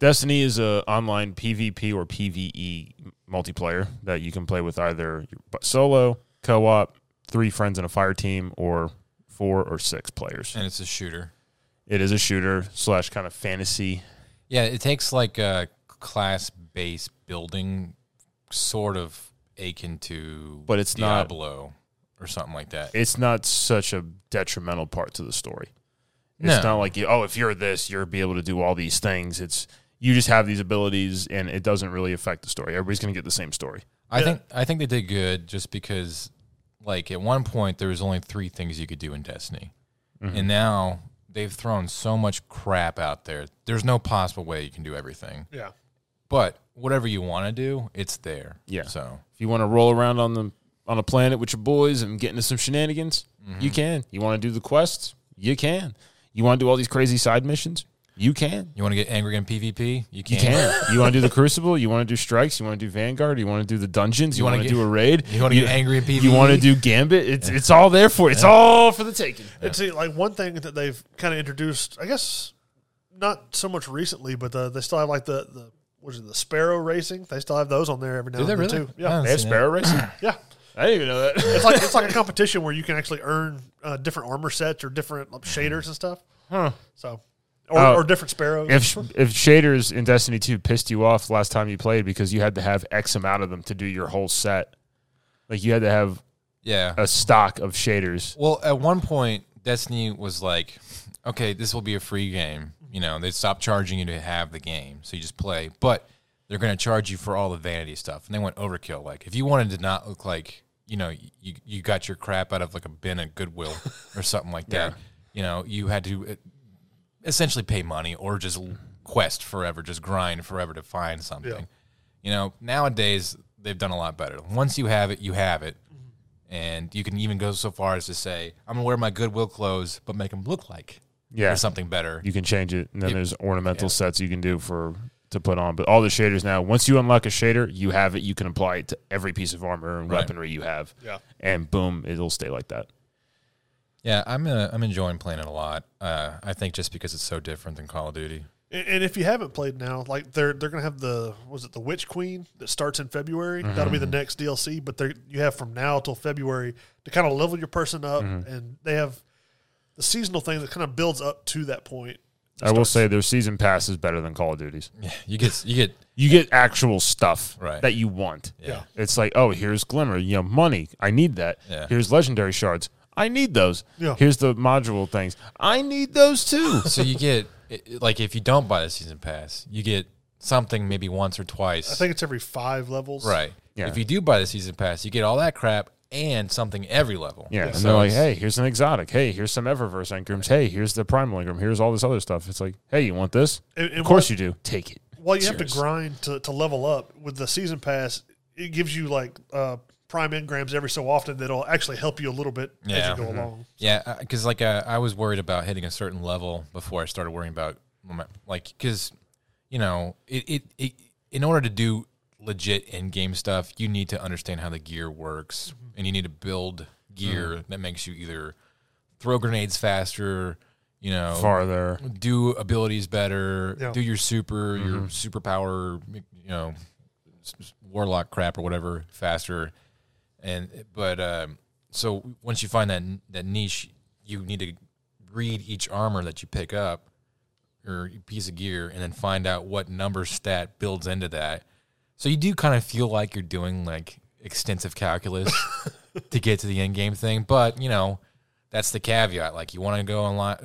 [SPEAKER 2] Destiny is a online PvP or PvE multiplayer that you can play with either solo, co-op, three friends in a fire team, or four or six players.
[SPEAKER 1] And it's a shooter.
[SPEAKER 2] It is a shooter slash kind of fantasy.
[SPEAKER 1] Yeah, it takes like a class based building, sort of akin to,
[SPEAKER 2] But it's not-
[SPEAKER 1] Diablo or something like that.
[SPEAKER 2] It's not such a detrimental part to the story.
[SPEAKER 1] no,
[SPEAKER 2] It's not like you, oh, if you're this, you'll be able to do all these things. It's you just have these abilities, and it doesn't really affect the story. Everybody's going to get the same story.
[SPEAKER 1] I think I think they did good just because, like at one point there was only three things you could do in Destiny, and now they've thrown so much crap out there. There's no possible way you can do everything,
[SPEAKER 3] Yeah.
[SPEAKER 1] but whatever you want to do, it's there.
[SPEAKER 2] Yeah.
[SPEAKER 1] So
[SPEAKER 2] If you want to roll around on the on a planet with your boys and get into some
[SPEAKER 1] Mm-hmm.
[SPEAKER 2] shenanigans, you can. You want to do the quests, you can. You want to do all these crazy side missions, You can.
[SPEAKER 1] You want to get angry in PvP? You can.
[SPEAKER 2] You can.
[SPEAKER 1] *laughs*
[SPEAKER 2] you want to do the Crucible? You want to do Strikes? You want to do Vanguard? You want to do the dungeons? You,
[SPEAKER 1] wanna
[SPEAKER 2] want to
[SPEAKER 1] get-
[SPEAKER 2] do a raid?
[SPEAKER 1] you wanna get angry at E?
[SPEAKER 2] You want to
[SPEAKER 1] PvE?
[SPEAKER 2] do Gambit? It's it's all there for you. It's all for the taking.
[SPEAKER 3] And see, like one thing that they've kind of introduced, I guess, not so much recently, but the, they still have like the the what is it, the sparrow racing? They still have those on there every now
[SPEAKER 1] Do
[SPEAKER 3] and
[SPEAKER 1] they
[SPEAKER 3] then
[SPEAKER 1] really?
[SPEAKER 3] too. Yeah,
[SPEAKER 1] Oh.
[SPEAKER 2] They have Sparrow *clears throat* Racing.
[SPEAKER 3] yeah.
[SPEAKER 2] I didn't even know that.
[SPEAKER 3] It's like it's like a competition where you can actually earn uh, different armor sets or different like, shaders and stuff.
[SPEAKER 2] Huh.
[SPEAKER 3] So, or,
[SPEAKER 2] Oh.
[SPEAKER 3] or different sparrows.
[SPEAKER 2] *laughs* If if shaders in Destiny Two pissed you off last time you played because you had to have X amount of them to do your whole set, like you had to have
[SPEAKER 1] Yeah.
[SPEAKER 2] a stock of shaders.
[SPEAKER 1] Well, at one point, Destiny was like, okay, this will be a free game. You know, they stopped charging you to have the game, so you just play. But they're going to charge you for all the vanity stuff, and they went overkill. Like, if you wanted to not look like, you know, you you got your crap out of like a bin at Goodwill or something like that. You know, you had to uh, essentially pay money or just quest forever, just grind forever to find something. You know, nowadays they've done a lot better. Once you have it, you have it.
[SPEAKER 3] Mm-hmm.
[SPEAKER 1] And you can even go so far as to say, I'm going to wear my Goodwill clothes, but make them look like
[SPEAKER 2] Yeah,
[SPEAKER 1] or something better.
[SPEAKER 2] you can change it, and then there's ornamental sets you can do for to put on. But all the shaders now, once you unlock a shader, you have it. You can apply it to every piece of armor and
[SPEAKER 1] Right.
[SPEAKER 2] weaponry you have.
[SPEAKER 3] Yeah.
[SPEAKER 2] and boom, it'll stay like that.
[SPEAKER 1] yeah, I'm uh, I'm enjoying playing it a lot. Uh, I think just because it's so different than Call of Duty. *laughs*
[SPEAKER 3] And, and if you haven't played now, like they're they're gonna have the was it the Witch Queen that starts in February?
[SPEAKER 2] Mm-hmm.
[SPEAKER 3] That'll be the next DLC. But they you have from now till February to kind of level your person up,
[SPEAKER 2] Mm-hmm.
[SPEAKER 3] and they have the seasonal thing that kind of builds up to that point.
[SPEAKER 2] I will say their season pass is better than Call of Duty's.
[SPEAKER 1] Yeah, you get you get
[SPEAKER 2] You get actual stuff
[SPEAKER 1] Right.
[SPEAKER 2] that you want.
[SPEAKER 1] Yeah.
[SPEAKER 2] It's like, oh, here's Glimmer, you know, money. I need that.
[SPEAKER 1] Yeah.
[SPEAKER 2] Here's legendary shards. I need those.
[SPEAKER 3] Yeah.
[SPEAKER 2] Here's the module things. I need those
[SPEAKER 3] *laughs*
[SPEAKER 2] too.
[SPEAKER 1] so you get it- it- like if you don't buy the season pass, you get something maybe once or twice.
[SPEAKER 3] I think it's every five levels,
[SPEAKER 1] right.
[SPEAKER 2] Yeah.
[SPEAKER 1] If you do buy the season pass, you get all that crap and something every level.
[SPEAKER 2] yeah. And
[SPEAKER 1] So
[SPEAKER 2] they're like,
[SPEAKER 1] it's-
[SPEAKER 2] hey, here's an exotic. Hey, here's some Eververse engrams. Hey, here's the primal engram. Here's all this other stuff. It's like, hey, you want this?
[SPEAKER 3] And- and
[SPEAKER 2] of course
[SPEAKER 3] what-
[SPEAKER 2] you do. Take it.
[SPEAKER 3] Well, you have to
[SPEAKER 2] Cheers.
[SPEAKER 3] grind to, to level up with the season pass. It gives you like uh, prime engrams every so often that'll actually help you a little bit as
[SPEAKER 1] Yeah.
[SPEAKER 3] you go along.
[SPEAKER 1] Yeah, because like uh, I was worried about hitting a certain level before I started worrying about my- like because you know it, it it in order to do legit in game stuff, you need to understand how the gear works,
[SPEAKER 2] Mm-hmm.
[SPEAKER 1] and you need to build gear that makes you either throw grenades faster, you know,
[SPEAKER 2] Farther.
[SPEAKER 1] do abilities better,
[SPEAKER 3] Yeah.
[SPEAKER 1] do your super, your superpower, you know, s- s- warlock crap or whatever faster. And but um, so once you find that that niche, you need to read each armor that you pick up or piece of gear, and then find out what number stat builds into that. So you do kind of feel like you're doing like extensive
[SPEAKER 3] *laughs*
[SPEAKER 1] calculus to get to the end game thing, but you know that's the caveat. Like you want to go online,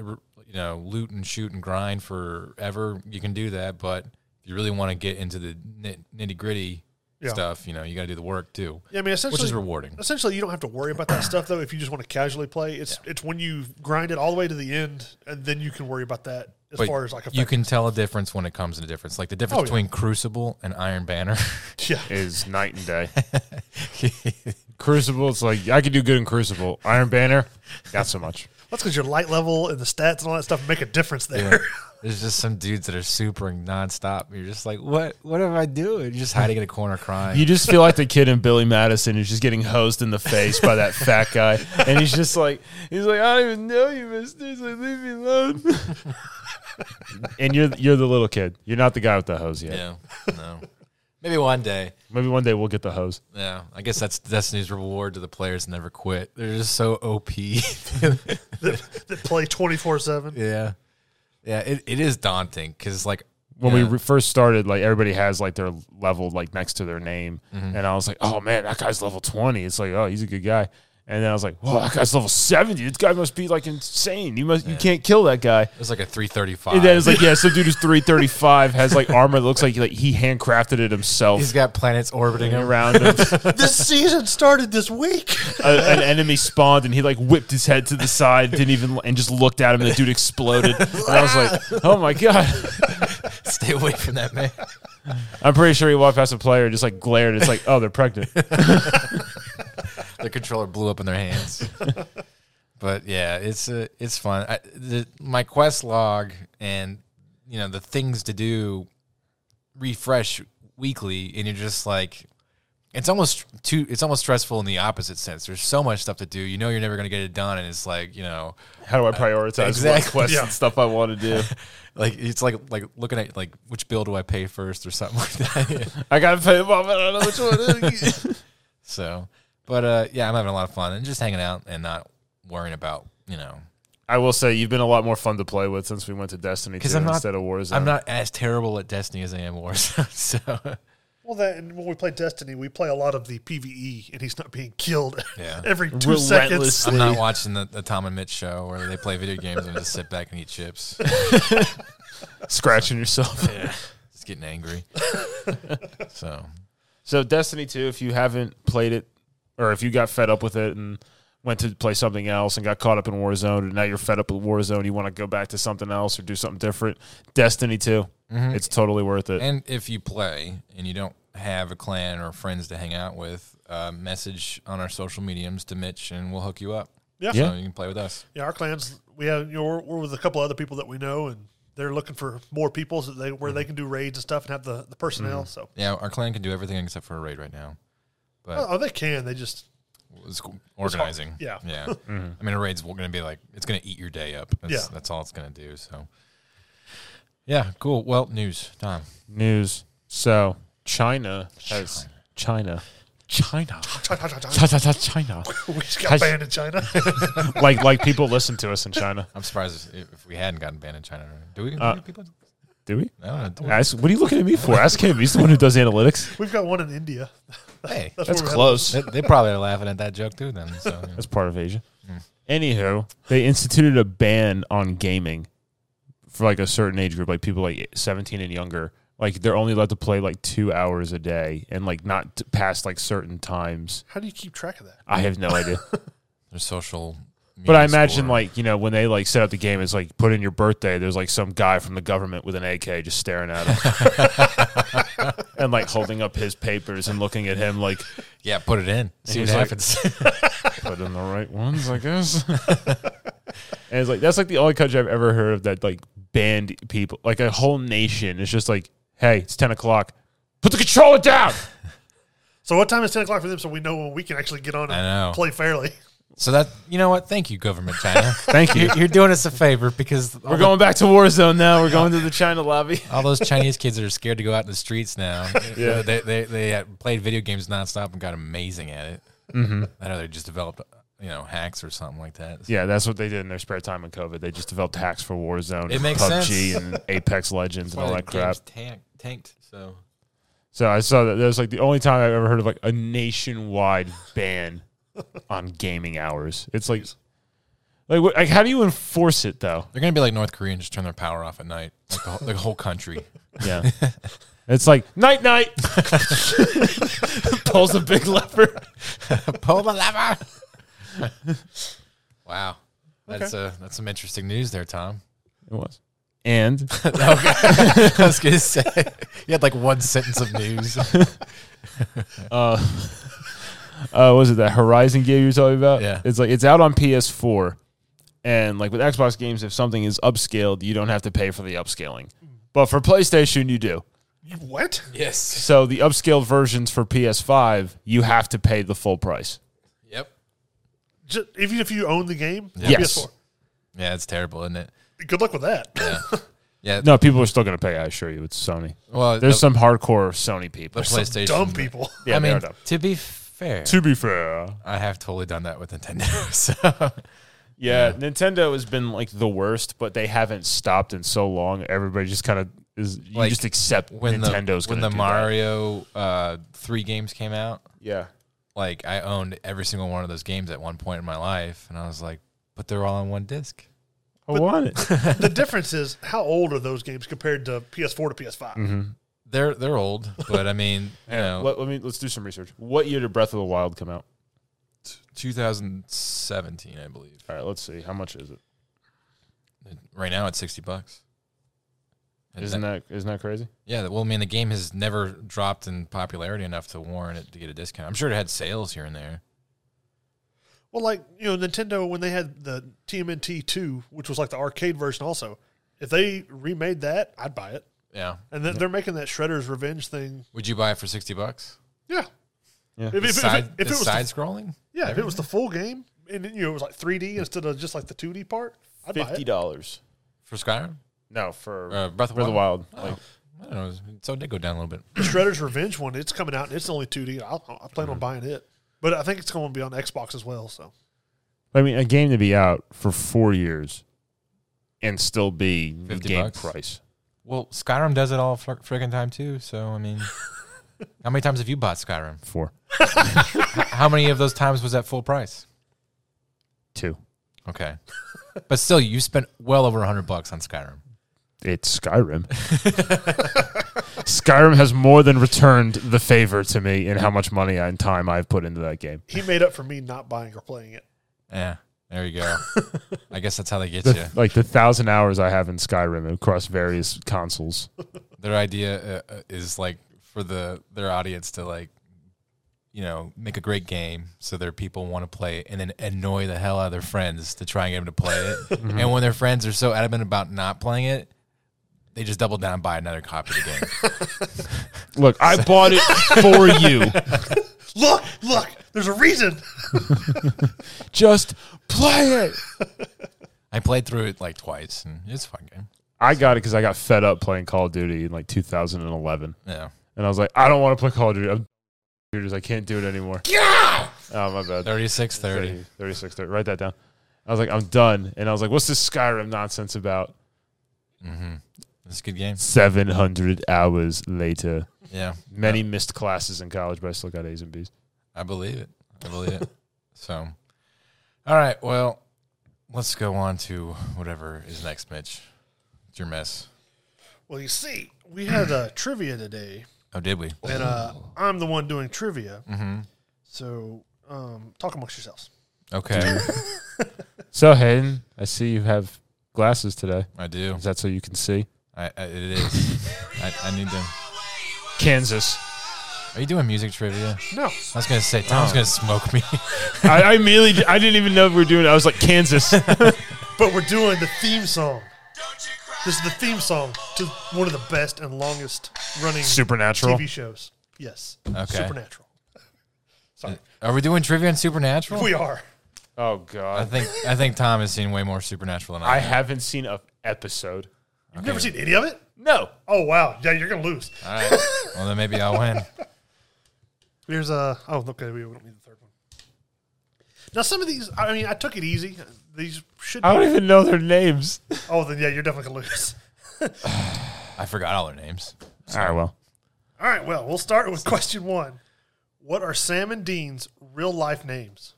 [SPEAKER 1] you know, loot and shoot and grind forever, you can do that. But if you really want to get into the nitty gritty
[SPEAKER 3] Yeah.
[SPEAKER 1] stuff, you know, you got to do the work too,
[SPEAKER 3] Yeah, I mean, essentially,
[SPEAKER 1] which is rewarding.
[SPEAKER 3] essentially you don't have to worry about that stuff though if you just want to casually play it's it's when you grind it all the way to the end and then you can worry about that as
[SPEAKER 1] But
[SPEAKER 3] far as like
[SPEAKER 1] you
[SPEAKER 3] effect-
[SPEAKER 1] can tell a difference when it comes to difference, like the difference
[SPEAKER 3] Oh, yeah.
[SPEAKER 1] between Crucible and Iron Banner. *laughs*
[SPEAKER 3] yeah
[SPEAKER 2] Is night and day. Crucible, it's like I could do good in Crucible. Iron Banner, not so much.
[SPEAKER 3] that's because your light level and the stats and all that stuff make a difference there
[SPEAKER 1] There's just some dudes that are supering nonstop. You're just like, what? What am I doing? You're just hiding in a corner crying.
[SPEAKER 2] You just feel like the kid in Billy Madison is just getting hosed in the face by that fat guy, and he's just like, he's like, I don't even know you, Mister. So leave me alone. *laughs* and you're you're the little kid. You're not the guy with the hose yet.
[SPEAKER 1] yeah, no. Maybe one day.
[SPEAKER 2] Maybe one day we'll get the hose.
[SPEAKER 1] Yeah, I guess that's Destiny's reward to the players that never quit. They're just so OP. *laughs* yeah,
[SPEAKER 3] that *laughs* play
[SPEAKER 1] *laughs*
[SPEAKER 3] 24-7
[SPEAKER 1] yeah, it, it is daunting because like
[SPEAKER 2] When we
[SPEAKER 1] Yeah.
[SPEAKER 2] re- first started, like everybody has like their level like next to their name,
[SPEAKER 1] Mm-hmm.
[SPEAKER 2] and I was like, oh man, that guy's level twenty. It's like, oh, he's a good guy. And then I was like, "Whoa, that guy's level seventy. This guy must be like insane. You must, you can't kill that guy."
[SPEAKER 1] it's like a three thirty
[SPEAKER 2] And then
[SPEAKER 1] five.
[SPEAKER 2] it's like, yeah, so dude is 335, has like armor that looks like, like he handcrafted it himself
[SPEAKER 1] He's got planets orbiting him.
[SPEAKER 2] around him.
[SPEAKER 3] this season started this *laughs* week
[SPEAKER 2] *laughs* A- an enemy spawned and he like whipped his head to the side, didn't even, and just looked at him and the dude exploded. And I was like, oh my God.
[SPEAKER 1] *laughs* Stay away from that man.
[SPEAKER 2] I'm pretty sure he walked past a player and just like glared. It's like, oh, they're pregnant.
[SPEAKER 1] the controller blew up in their hands. but yeah, it's uh, it's fun. I, the, my quest log and you know the things to do refresh weekly, and you're just like, it's almost too. It's almost stressful in the opposite sense. There's so much stuff to do. You know, you're never gonna get it done, and it's like you know,
[SPEAKER 2] How do I prioritize
[SPEAKER 1] exactly.
[SPEAKER 2] what quests
[SPEAKER 3] Yeah.
[SPEAKER 2] and stuff I want to do?
[SPEAKER 1] like it's like like looking at like which bill do I pay first or something *laughs* like that.
[SPEAKER 2] I gotta pay mom. I don't know which one. it is.
[SPEAKER 1] So, but uh, yeah, I'm having a lot of fun and just hanging out and not worrying about you know.
[SPEAKER 2] I will say you've been a lot more fun to play with since we went to Destiny 2
[SPEAKER 1] Because I'm not-
[SPEAKER 2] instead of Warzone.
[SPEAKER 1] I'm not as terrible at Destiny as I am Warzone. *laughs* So
[SPEAKER 3] Well, that and when we play Destiny, we play a lot of the PVE, and he's not being killed *laughs*
[SPEAKER 1] Yeah.
[SPEAKER 3] every two seconds.
[SPEAKER 2] Relentlessly.
[SPEAKER 1] I'm not watching the, the Tom and Mitch show where they play video games and just sit back and eat chips,
[SPEAKER 2] scratching yourself.
[SPEAKER 1] just getting angry. So
[SPEAKER 2] So Destiny 2, if you haven't played it or if you got fed up with it and went to play something else and got caught up in Warzone and now you're fed up with Warzone, you want to go back to something else or do something different, Destiny 2, it's totally worth it.
[SPEAKER 1] And if you play and you don't have a clan or friends to hang out with, uh, message on our social mediums to Mitch and we'll hook you up.
[SPEAKER 3] Yeah.
[SPEAKER 1] So you can play with us.
[SPEAKER 3] Yeah, our clans. We have you know we're, we're with a couple other people that we know, and they're looking for more people so they where they can do raids and stuff and have the the
[SPEAKER 1] Mm-hmm.
[SPEAKER 3] personnel. So
[SPEAKER 1] Yeah, our clan can do everything except for a raid right now.
[SPEAKER 3] oh, they can. They just
[SPEAKER 1] It's cool. organizing.
[SPEAKER 3] Yeah. *laughs*
[SPEAKER 1] Yeah.
[SPEAKER 2] Mm-hmm.
[SPEAKER 1] I mean, a raid's going to be like, it's going to eat your day up. That's,
[SPEAKER 3] Yeah.
[SPEAKER 1] That's all it's going to do. So, yeah, cool. Well, news, Tom.
[SPEAKER 2] News. So China has China. China.
[SPEAKER 3] *laughs* we
[SPEAKER 2] China.
[SPEAKER 3] just got banned
[SPEAKER 1] *laughs*
[SPEAKER 3] in China.
[SPEAKER 2] like like people listen to us in China.
[SPEAKER 1] I'm surprised if, if we hadn't gotten banned in China. Do we?
[SPEAKER 2] Uh,
[SPEAKER 1] do people?
[SPEAKER 2] Do we?
[SPEAKER 1] I don't know.
[SPEAKER 2] Ask, what are you looking at me for? Ask him. He's the one who does analytics.
[SPEAKER 3] We've got one in India.
[SPEAKER 1] Hey,
[SPEAKER 2] That's
[SPEAKER 3] where we had-
[SPEAKER 2] close.
[SPEAKER 1] they, they probably are laughing at that joke too. Then, so yeah.
[SPEAKER 2] That's part of Asia. Anywho, they instituted a ban on gaming for like a certain age group, like people like 17 and younger. Like they're only allowed to play like two hours a day and like not t- past like certain times.
[SPEAKER 3] How do you keep track of that?
[SPEAKER 2] I have no idea.
[SPEAKER 1] their social.
[SPEAKER 2] but
[SPEAKER 1] media
[SPEAKER 2] I imagine
[SPEAKER 1] score.
[SPEAKER 2] like, you know, when they like set up the game, it's like put in your birthday. There's like some guy from the government with an AK just staring at him and like holding up his papers and looking at him like,
[SPEAKER 1] yeah, put it in. See what
[SPEAKER 2] he's like-
[SPEAKER 1] happens. *laughs*
[SPEAKER 2] put in the right ones, I guess. *laughs* and it's like that's like the only country I've ever heard of that like banned people, like a whole nation. It's just like, hey, it's ten o'clock, put the controller down.
[SPEAKER 3] So what time is ten o'clock for them? So we know when we can actually get on
[SPEAKER 1] I
[SPEAKER 3] and
[SPEAKER 1] know.
[SPEAKER 3] play fairly.
[SPEAKER 1] so that you know what? Thank you, government
[SPEAKER 2] *laughs*
[SPEAKER 1] China.
[SPEAKER 2] Thank you.
[SPEAKER 1] You're, you're doing us a favor because all,
[SPEAKER 2] We're going back to Warzone now. We're going to the China lobby.
[SPEAKER 1] all those Chinese kids that are scared to go out in the streets
[SPEAKER 2] *laughs*
[SPEAKER 1] now. yeah, they they they had played video games nonstop and got amazing at it. I know they just developed you know hacks or something like that.
[SPEAKER 2] Mm-hmm. Yeah, that's what they did in their spare time in COVID. They just developed hacks for Warzone,
[SPEAKER 1] It
[SPEAKER 2] and
[SPEAKER 1] makes
[SPEAKER 2] PUBG, *laughs*
[SPEAKER 1] sense.
[SPEAKER 2] and Apex Legends, and all that crap.
[SPEAKER 1] Tank, tanked. So
[SPEAKER 2] So I saw that. That was like the only time I've ever heard of like a nationwide *laughs* ban on gaming hours. It's like, like, what, like how do you enforce it though?
[SPEAKER 1] they're gonna be like North Korea and just turn their power off at night, like the, whole- the whole
[SPEAKER 2] *laughs*
[SPEAKER 1] country.
[SPEAKER 2] Yeah. It's like night night. *laughs* Pulls a big lever.
[SPEAKER 1] Pull the lever.
[SPEAKER 2] *laughs*
[SPEAKER 1] wow, that's uh that's some interesting news there, Tom. *laughs*
[SPEAKER 2] It was. And
[SPEAKER 1] I was gonna say you had like one sentence of
[SPEAKER 2] *laughs*
[SPEAKER 1] news.
[SPEAKER 2] uh, what was it that Horizon game you were talking about?
[SPEAKER 1] Yeah.
[SPEAKER 2] It's like it's out on PS4, and like with Xbox games, if something is upscaled, you don't have to pay for the upscaling. But for PlayStation, you do.
[SPEAKER 3] You- What?
[SPEAKER 1] yes.
[SPEAKER 2] So the upscaled versions for PS5, you have to pay the full price.
[SPEAKER 1] Yep.
[SPEAKER 3] Just, even if you own the game, on
[SPEAKER 2] Yes.
[SPEAKER 1] Yeah, it's terrible, isn't it?
[SPEAKER 3] Good luck with that.
[SPEAKER 1] Yeah.
[SPEAKER 2] No, people are still going to pay. I assure you, it's Sony.
[SPEAKER 1] Well,
[SPEAKER 2] There's
[SPEAKER 1] the,
[SPEAKER 2] some hardcore Sony people.
[SPEAKER 1] the PlayStation.
[SPEAKER 3] Dumb people.
[SPEAKER 2] Yeah,
[SPEAKER 1] I
[SPEAKER 2] they
[SPEAKER 1] mean,
[SPEAKER 2] are dumb.
[SPEAKER 1] to be fair,
[SPEAKER 2] to be fair,
[SPEAKER 1] I have totally done that with Nintendo. *laughs* So
[SPEAKER 2] Yeah, Nintendo has been like the worst, but they haven't stopped in so long. Everybody just kind of is you
[SPEAKER 1] Like,
[SPEAKER 2] just accept
[SPEAKER 1] when
[SPEAKER 2] Nintendo's
[SPEAKER 1] the when
[SPEAKER 2] going
[SPEAKER 1] the
[SPEAKER 2] to
[SPEAKER 1] Mario uh, three games came out,
[SPEAKER 2] Yeah.
[SPEAKER 1] like I owned every single one of those games at one point in my life, and I was like, but they're all on one
[SPEAKER 2] *laughs*
[SPEAKER 1] disc.
[SPEAKER 2] I want it.
[SPEAKER 3] the difference is how old are those games compared to PS4 to PS5?
[SPEAKER 1] They're they're old, but I
[SPEAKER 2] *laughs*
[SPEAKER 1] mean, you know,
[SPEAKER 2] Mm-hmm. let, let me let's do some research. What year did Breath of the Wild come out?
[SPEAKER 1] 2017, I believe.
[SPEAKER 2] All right, let's see. How much is it?
[SPEAKER 1] Right now, it's sixty bucks. And
[SPEAKER 2] Isn't that isn't that crazy?
[SPEAKER 1] Yeah, well, I mean, the game has never dropped in popularity enough to warrant it to get a discount. I'm sure it had sales here and there.
[SPEAKER 3] Well, like you know, Nintendo when they had the TMNT two, which was like the arcade version, also If they remade that, I'd buy it.
[SPEAKER 1] Yeah.
[SPEAKER 3] And th- they're making that Shredder's Revenge thing.
[SPEAKER 1] Would you buy it for sixty bucks?
[SPEAKER 3] Yeah.
[SPEAKER 2] Yeah.
[SPEAKER 3] If, if- if,
[SPEAKER 1] side,
[SPEAKER 3] if, it was
[SPEAKER 1] side
[SPEAKER 3] the,
[SPEAKER 1] scrolling.
[SPEAKER 3] yeah, if it was the full game and then, you know it was like 3D instead of just like the 2D part, I'd buy
[SPEAKER 2] Fifty
[SPEAKER 3] it.
[SPEAKER 2] dollars.
[SPEAKER 1] for Skyrim,
[SPEAKER 2] No, for
[SPEAKER 1] uh, Breath of
[SPEAKER 2] Breath of the
[SPEAKER 1] Wild.
[SPEAKER 2] Wild. Like,
[SPEAKER 1] I don't know. So it did go down a little bit.
[SPEAKER 3] The Shredder's Revenge one, it's coming out and it's only 2D. I'll, I plan on buying it, but I think it's going to be on Xbox as well. So
[SPEAKER 2] I mean, a game to be out for four years and still be the
[SPEAKER 1] 50
[SPEAKER 2] game
[SPEAKER 1] bucks.
[SPEAKER 2] price.
[SPEAKER 1] Well, Skyrim does it all fr- freaking time too. So I
[SPEAKER 3] *laughs*
[SPEAKER 1] mean, how many times have you bought Skyrim?
[SPEAKER 2] Four,
[SPEAKER 1] How many of those times was at full price?
[SPEAKER 2] two.
[SPEAKER 1] Okay, but still, you spent well over hundred bucks on Skyrim.
[SPEAKER 2] It's Skyrim. *laughs* Skyrim has more than returned the favor to me in how much money and time I've put into that game.
[SPEAKER 3] he made up for me not buying or playing it.
[SPEAKER 1] Yeah, there you
[SPEAKER 3] *laughs*
[SPEAKER 1] go. I guess that's how they get
[SPEAKER 2] The-
[SPEAKER 1] you.
[SPEAKER 2] Like the thousand hours I have in Skyrim across various consoles.
[SPEAKER 1] Their idea uh, uh, is like for the their audience to like, you know, make a great game so their people want to play it, and then annoy the hell out of their friends to try and get them to play
[SPEAKER 2] *laughs*
[SPEAKER 1] it.
[SPEAKER 2] Mm-hmm.
[SPEAKER 1] and when their friends are so adamant about not playing it, they just double down and buy another copy of the game.
[SPEAKER 2] Look, I bought it for you.
[SPEAKER 3] Look, look, there's a reason.
[SPEAKER 2] *laughs* Just play it.
[SPEAKER 1] *laughs* I played through it like twice, and it's a fun game.
[SPEAKER 2] I got it because I got fed up playing Call of Duty in like 2011.
[SPEAKER 1] Yeah,
[SPEAKER 2] And I was like, I don't want to play Call of Duty. I'm *laughs* dude, I can't do it anymore. Yeah. Oh my bad.
[SPEAKER 1] thirty six thirty.
[SPEAKER 2] 30, 36, 30. Write that down. I was like, I'm done. And I was like, what's this Skyrim nonsense about?
[SPEAKER 1] Mm-hmm. It's a good game.
[SPEAKER 2] 700 hours later.
[SPEAKER 1] Yeah,
[SPEAKER 2] Many missed classes in college, but I still got A's and B's.
[SPEAKER 1] I believe it. I believe it. *laughs* So, all right. Well, let's go on to whatever is next, Mitch. It's your mess.
[SPEAKER 3] Well, you see, we had uh, trivia today,
[SPEAKER 1] Oh, did we?
[SPEAKER 3] and uh, I'm the one doing trivia.
[SPEAKER 1] Mm-hmm.
[SPEAKER 3] So um, talk amongst yourselves.
[SPEAKER 2] *laughs*
[SPEAKER 1] Okay,
[SPEAKER 2] So, Hayden, I see you have glasses today.
[SPEAKER 1] I do.
[SPEAKER 2] Is that so you can see?
[SPEAKER 1] I, I, it is. I, I need to.
[SPEAKER 2] Kansas.
[SPEAKER 1] Are you doing music trivia?
[SPEAKER 3] No,
[SPEAKER 1] I was gonna say Tom's gonna smoke me. *laughs*
[SPEAKER 2] I, I immediately, I didn't even know we were doing it. I was like, Kansas.
[SPEAKER 3] but we're doing the theme song. This is the theme song to one of the best and longest
[SPEAKER 2] *laughs*
[SPEAKER 3] running
[SPEAKER 2] Supernatural.
[SPEAKER 3] TV shows. Yes,
[SPEAKER 1] Okay.
[SPEAKER 3] Supernatural. Sorry,
[SPEAKER 1] Are we doing trivia on Supernatural?
[SPEAKER 3] we are.
[SPEAKER 2] Oh,
[SPEAKER 1] I
[SPEAKER 2] God.
[SPEAKER 1] think I think Tom has seen way more Supernatural than I.
[SPEAKER 2] I
[SPEAKER 1] have.
[SPEAKER 2] haven't seen a episode.
[SPEAKER 3] You've never seen any of it?
[SPEAKER 2] No.
[SPEAKER 3] Oh wow, yeah, you're gonna lose.
[SPEAKER 1] All right. Well, then maybe I'll win.
[SPEAKER 3] Here's a. Oh, okay, we don't need the third one. Now, some of these, I mean, I took it easy. These should.
[SPEAKER 2] I
[SPEAKER 3] Be,
[SPEAKER 2] don't even know their names.
[SPEAKER 3] oh, then yeah, you're definitely gonna lose. *laughs*
[SPEAKER 1] I forgot all their names.
[SPEAKER 2] All right, well.
[SPEAKER 3] All right, well, we'll start with question one. What are Sam and Dean's real life names?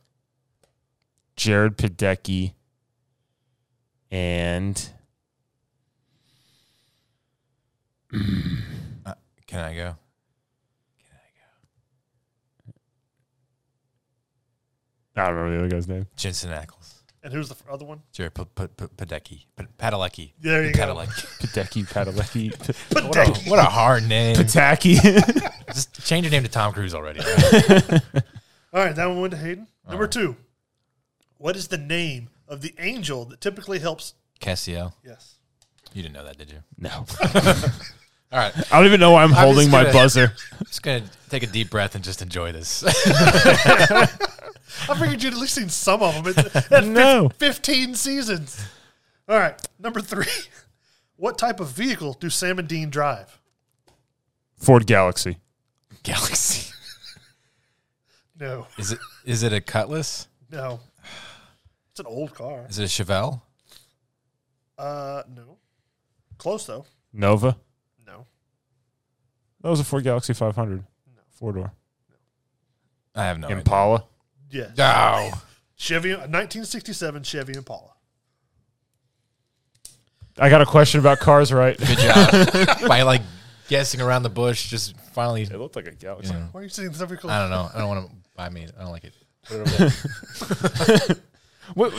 [SPEAKER 2] Jared Padecki, and
[SPEAKER 1] Can I go?
[SPEAKER 2] I don't remember the other guy's name.
[SPEAKER 1] Jensen Ackles.
[SPEAKER 3] And who's the f- other one?
[SPEAKER 1] Jerry P- P- P- Padecki. P- Padalecki.
[SPEAKER 3] There you go.
[SPEAKER 1] Padalecki.
[SPEAKER 2] Padecki, Padalecki,
[SPEAKER 3] But
[SPEAKER 1] What a, what a hard name.
[SPEAKER 2] Pataki.
[SPEAKER 1] Just change your name to Tom Cruise already. *laughs*
[SPEAKER 3] All right, that one went to Hayden. Number
[SPEAKER 1] Uh-huh.
[SPEAKER 3] two. What is the name of the angel that typically helps?
[SPEAKER 1] Cassiel.
[SPEAKER 3] Yes.
[SPEAKER 1] You didn't know that, did you?
[SPEAKER 2] *laughs* *laughs* no,
[SPEAKER 1] All right.
[SPEAKER 2] I don't even know why I'm
[SPEAKER 1] just
[SPEAKER 2] holding my
[SPEAKER 1] gonna-
[SPEAKER 2] *laughs* buzzer.
[SPEAKER 1] I'm just going to take a deep breath and just enjoy this. *laughs*
[SPEAKER 3] I figured you'd at least seen some of them. It's, *laughs* that's
[SPEAKER 2] No.
[SPEAKER 3] 15 seasons. All right, number three. *laughs* What type of vehicle do Sam and Dean drive?
[SPEAKER 2] Ford Galaxy.
[SPEAKER 1] Galaxy.
[SPEAKER 3] No,
[SPEAKER 1] Is it is it a Cutlass?
[SPEAKER 3] no. It's an old car.
[SPEAKER 1] Is it a Chevelle?
[SPEAKER 3] Uh, no. Close though.
[SPEAKER 2] Nova.
[SPEAKER 3] No.
[SPEAKER 2] That was a Ford Galaxy 500. Four door.
[SPEAKER 1] I have no
[SPEAKER 2] Impala.
[SPEAKER 3] Yes.
[SPEAKER 1] idea. No.
[SPEAKER 3] Chevy, a 1967 Chevy Impala.
[SPEAKER 2] I got a question about cars, *laughs* right?
[SPEAKER 1] Good job. *laughs* By like guessing around the bush, just finally.
[SPEAKER 2] It looked like a Galaxy.
[SPEAKER 1] Yeah.
[SPEAKER 3] Why are you saying this every
[SPEAKER 1] I
[SPEAKER 3] close?
[SPEAKER 1] don't know. I don't want to buy me. I don't like it.
[SPEAKER 2] What,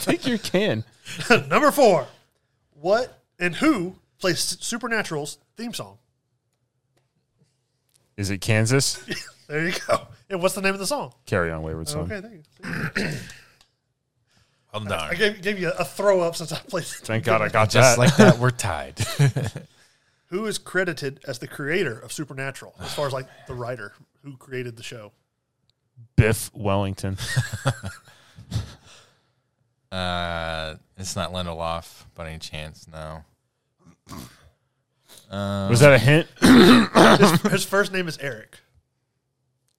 [SPEAKER 2] take your can.
[SPEAKER 3] *laughs* number four. What and who plays Supernatural's theme song?
[SPEAKER 2] Is it Kansas?
[SPEAKER 3] *laughs* There you go. And what's the name of the song?
[SPEAKER 1] Oh.
[SPEAKER 2] Carry on, wayward son.
[SPEAKER 3] Okay, there you go.
[SPEAKER 1] I'm
[SPEAKER 3] I
[SPEAKER 1] done.
[SPEAKER 3] gave, gave you a throw up since I played.
[SPEAKER 2] Thank God I got
[SPEAKER 1] Just
[SPEAKER 2] that.
[SPEAKER 1] like that, *laughs* we're tied.
[SPEAKER 3] Who is credited as the creator of Supernatural, as far as like the writer who created
[SPEAKER 1] *laughs*
[SPEAKER 3] the show?
[SPEAKER 2] Biff Wellington.
[SPEAKER 1] uh, it's not Lindelof by any chance. No. Um,
[SPEAKER 2] Was that a hint? *coughs*
[SPEAKER 3] His, his first name is Eric.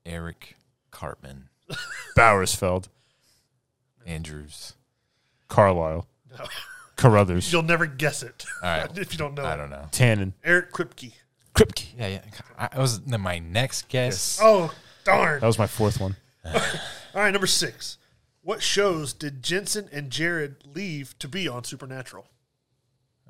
[SPEAKER 1] Eric Cartman
[SPEAKER 2] Bowersfeld.
[SPEAKER 1] Andrews?
[SPEAKER 2] Carlisle.
[SPEAKER 3] No.
[SPEAKER 2] *laughs* Carruthers.
[SPEAKER 3] You'll never guess it *laughs*
[SPEAKER 1] All right.
[SPEAKER 3] if you don't know.
[SPEAKER 1] I
[SPEAKER 3] it.
[SPEAKER 1] don't know.
[SPEAKER 2] Tannen.
[SPEAKER 3] Eric Kripke.
[SPEAKER 2] Kripke.
[SPEAKER 1] Yeah, yeah. I I was then my next guess.
[SPEAKER 3] Oh darn!
[SPEAKER 2] That was my fourth one.
[SPEAKER 3] All right, number six. What shows did Jensen and Jared leave to be on Supernatural?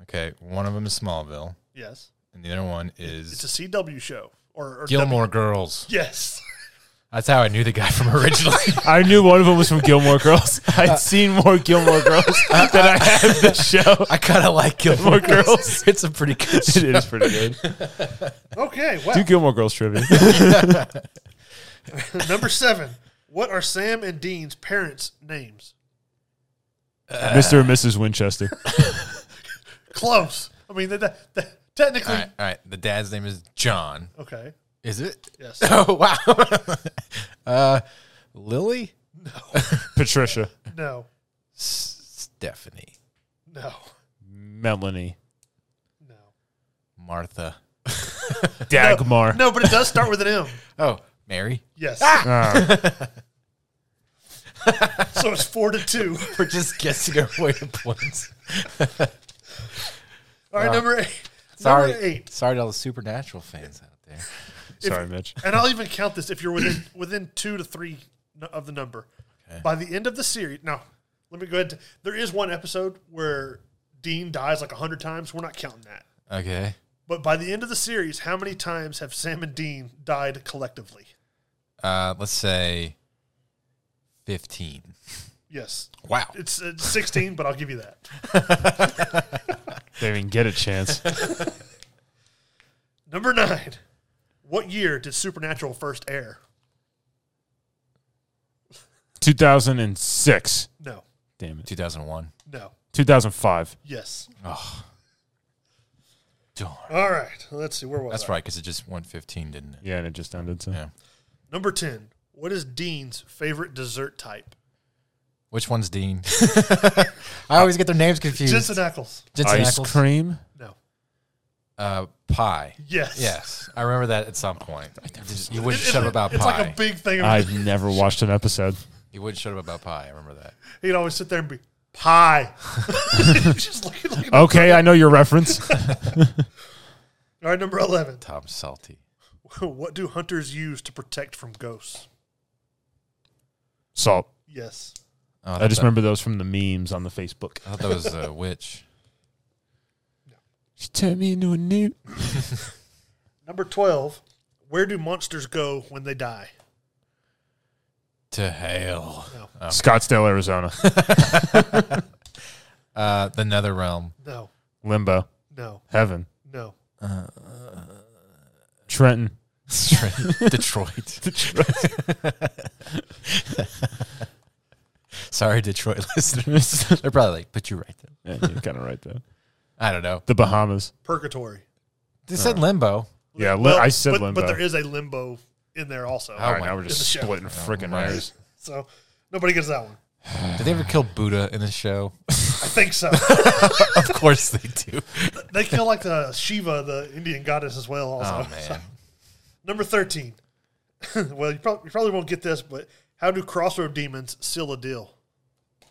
[SPEAKER 1] Okay, one of them is Smallville,
[SPEAKER 3] Yes,
[SPEAKER 1] and the other one is
[SPEAKER 3] it's a CW show or, or
[SPEAKER 1] Gilmore Girls.
[SPEAKER 3] W- yes, *laughs*
[SPEAKER 1] That's how I knew the guy from originally. *laughs*
[SPEAKER 2] I knew one of them was from Gilmore Girls.
[SPEAKER 1] Uh.
[SPEAKER 2] I'd seen more Gilmore
[SPEAKER 1] *laughs*
[SPEAKER 2] Girls than I had the show. *laughs*
[SPEAKER 1] I kind of like Gilmore Girls. *laughs* It's a pretty
[SPEAKER 3] *laughs*
[SPEAKER 1] good.
[SPEAKER 2] It is pretty good.
[SPEAKER 3] okay. Wow.
[SPEAKER 2] Do Gilmore Girls trivia.
[SPEAKER 3] *laughs* number seven. What are Sam and Dean's parents' names?
[SPEAKER 2] Mr. and Mrs. Winchester. *laughs*
[SPEAKER 3] Close. I mean, that, that, that- technically,
[SPEAKER 1] All right, all right. The dad's name is John.
[SPEAKER 3] okay.
[SPEAKER 1] Is it?
[SPEAKER 3] Yes.
[SPEAKER 1] *laughs* Oh wow. *laughs* uh, Lily,
[SPEAKER 2] Patricia.
[SPEAKER 3] No.
[SPEAKER 1] Stephanie,
[SPEAKER 3] No.
[SPEAKER 2] Melanie.
[SPEAKER 3] No.
[SPEAKER 1] Martha.
[SPEAKER 2] Dagmar.
[SPEAKER 3] No, but it does start with an M.
[SPEAKER 1] Oh, Mary. *laughs*
[SPEAKER 3] Yes. *laughs*
[SPEAKER 2] Ah,
[SPEAKER 3] So it's four to two.
[SPEAKER 1] We're just guessing our way to points.
[SPEAKER 3] All right, number eight.
[SPEAKER 1] Ah. Sorry,
[SPEAKER 3] Number eight.
[SPEAKER 1] sorry to all the supernatural fans out there.
[SPEAKER 2] sorry, Mitch.
[SPEAKER 3] and I'll even count this if you're within within two to three n- of the number. By the end of the series, no, let me go ahead. To, there is one episode where Dean dies like hundred times. We're not counting that.
[SPEAKER 1] Okay.
[SPEAKER 3] But by the end of the series, how many times have Sam and Dean died collectively?
[SPEAKER 1] Uh, let's say fifteen.
[SPEAKER 3] Yes,
[SPEAKER 1] Wow.
[SPEAKER 3] it's, it's sixteen, but I'll give you that.
[SPEAKER 2] They didn't even get a chance.
[SPEAKER 3] Number nine. What year did Supernatural first air?
[SPEAKER 2] 2006.
[SPEAKER 3] No,
[SPEAKER 2] Damn it.
[SPEAKER 1] Two thousand one.
[SPEAKER 3] no,
[SPEAKER 2] 2005.
[SPEAKER 3] yes.
[SPEAKER 1] Darn.
[SPEAKER 3] All right, let's see. Where was
[SPEAKER 1] That's
[SPEAKER 3] I?
[SPEAKER 1] right, because it just went 15, didn't it?
[SPEAKER 2] Yeah, and it just ended. So.
[SPEAKER 1] Yeah.
[SPEAKER 3] Number ten. What is Dean's favorite dessert type?
[SPEAKER 1] Which one's Dean? *laughs* I always get their names confused.
[SPEAKER 3] Jensen Ackles.
[SPEAKER 1] Jensen
[SPEAKER 2] Ice
[SPEAKER 1] Ackles.
[SPEAKER 3] *laughs*
[SPEAKER 2] cream.
[SPEAKER 3] No.
[SPEAKER 1] Uh, pie.
[SPEAKER 3] Yes.
[SPEAKER 1] Yes, I remember that at some point. You
[SPEAKER 3] *laughs* It-
[SPEAKER 1] wouldn't
[SPEAKER 3] it's
[SPEAKER 1] shut
[SPEAKER 3] a-
[SPEAKER 1] up about
[SPEAKER 3] It's
[SPEAKER 1] pie.
[SPEAKER 3] like a big thing.
[SPEAKER 2] I've never watched an episode.
[SPEAKER 1] you wouldn't shut up about pie. I remember that.
[SPEAKER 3] He'd always sit there and be
[SPEAKER 1] *laughs*
[SPEAKER 3] pie. *laughs* Just looking,
[SPEAKER 1] Oh.
[SPEAKER 3] looking.
[SPEAKER 2] Okay, I know your
[SPEAKER 3] *laughs*
[SPEAKER 2] reference.
[SPEAKER 3] All right, number eleven. *laughs*
[SPEAKER 1] Tom Salty.
[SPEAKER 3] What do hunters use to protect from ghosts?
[SPEAKER 2] Salt.
[SPEAKER 3] Yes.
[SPEAKER 1] Oh,
[SPEAKER 2] I just
[SPEAKER 1] thought
[SPEAKER 2] remember those from the memes on the Facebook.
[SPEAKER 1] that- I thought that was a witch.
[SPEAKER 2] She turned me into a newt.
[SPEAKER 3] Number twelve. Where do monsters go when they die?
[SPEAKER 1] To hell.
[SPEAKER 3] Oh.
[SPEAKER 2] Scottsdale,
[SPEAKER 1] *laughs*
[SPEAKER 2] Arizona.
[SPEAKER 3] *laughs*
[SPEAKER 1] Uh, the Nether Realm.
[SPEAKER 3] No,
[SPEAKER 2] Limbo.
[SPEAKER 3] no,
[SPEAKER 2] Heaven.
[SPEAKER 3] no.
[SPEAKER 1] Uh,
[SPEAKER 2] Trenton.
[SPEAKER 1] *laughs* Detroit. Sorry, Detroit *laughs* listeners. They're probably like, but you're right. Though.
[SPEAKER 2] Yeah, you're kind of right there.
[SPEAKER 1] I don't know.
[SPEAKER 2] The Bahamas.
[SPEAKER 3] Purgatory.
[SPEAKER 1] They said limbo.
[SPEAKER 2] Yeah, li-
[SPEAKER 3] Well,
[SPEAKER 2] I said
[SPEAKER 3] but,
[SPEAKER 2] limbo.
[SPEAKER 3] But there is a limbo in there also.
[SPEAKER 2] All
[SPEAKER 1] Oh
[SPEAKER 2] right,
[SPEAKER 1] my
[SPEAKER 2] now we're
[SPEAKER 3] goodness. Oh
[SPEAKER 2] just splitting freaking
[SPEAKER 1] Right.
[SPEAKER 2] hairs.
[SPEAKER 3] So nobody gets that one.
[SPEAKER 1] Did they ever kill Buddha in the show?
[SPEAKER 3] I
[SPEAKER 2] *laughs*
[SPEAKER 3] think so.
[SPEAKER 1] *laughs* of course they *laughs* do.
[SPEAKER 3] they kill like the Shiva, the Indian goddess, as well. Also.
[SPEAKER 1] Oh man.
[SPEAKER 3] *laughs* Number 13. *laughs* well, you, prob- you probably won't get this, but how do crossroad demons seal a deal?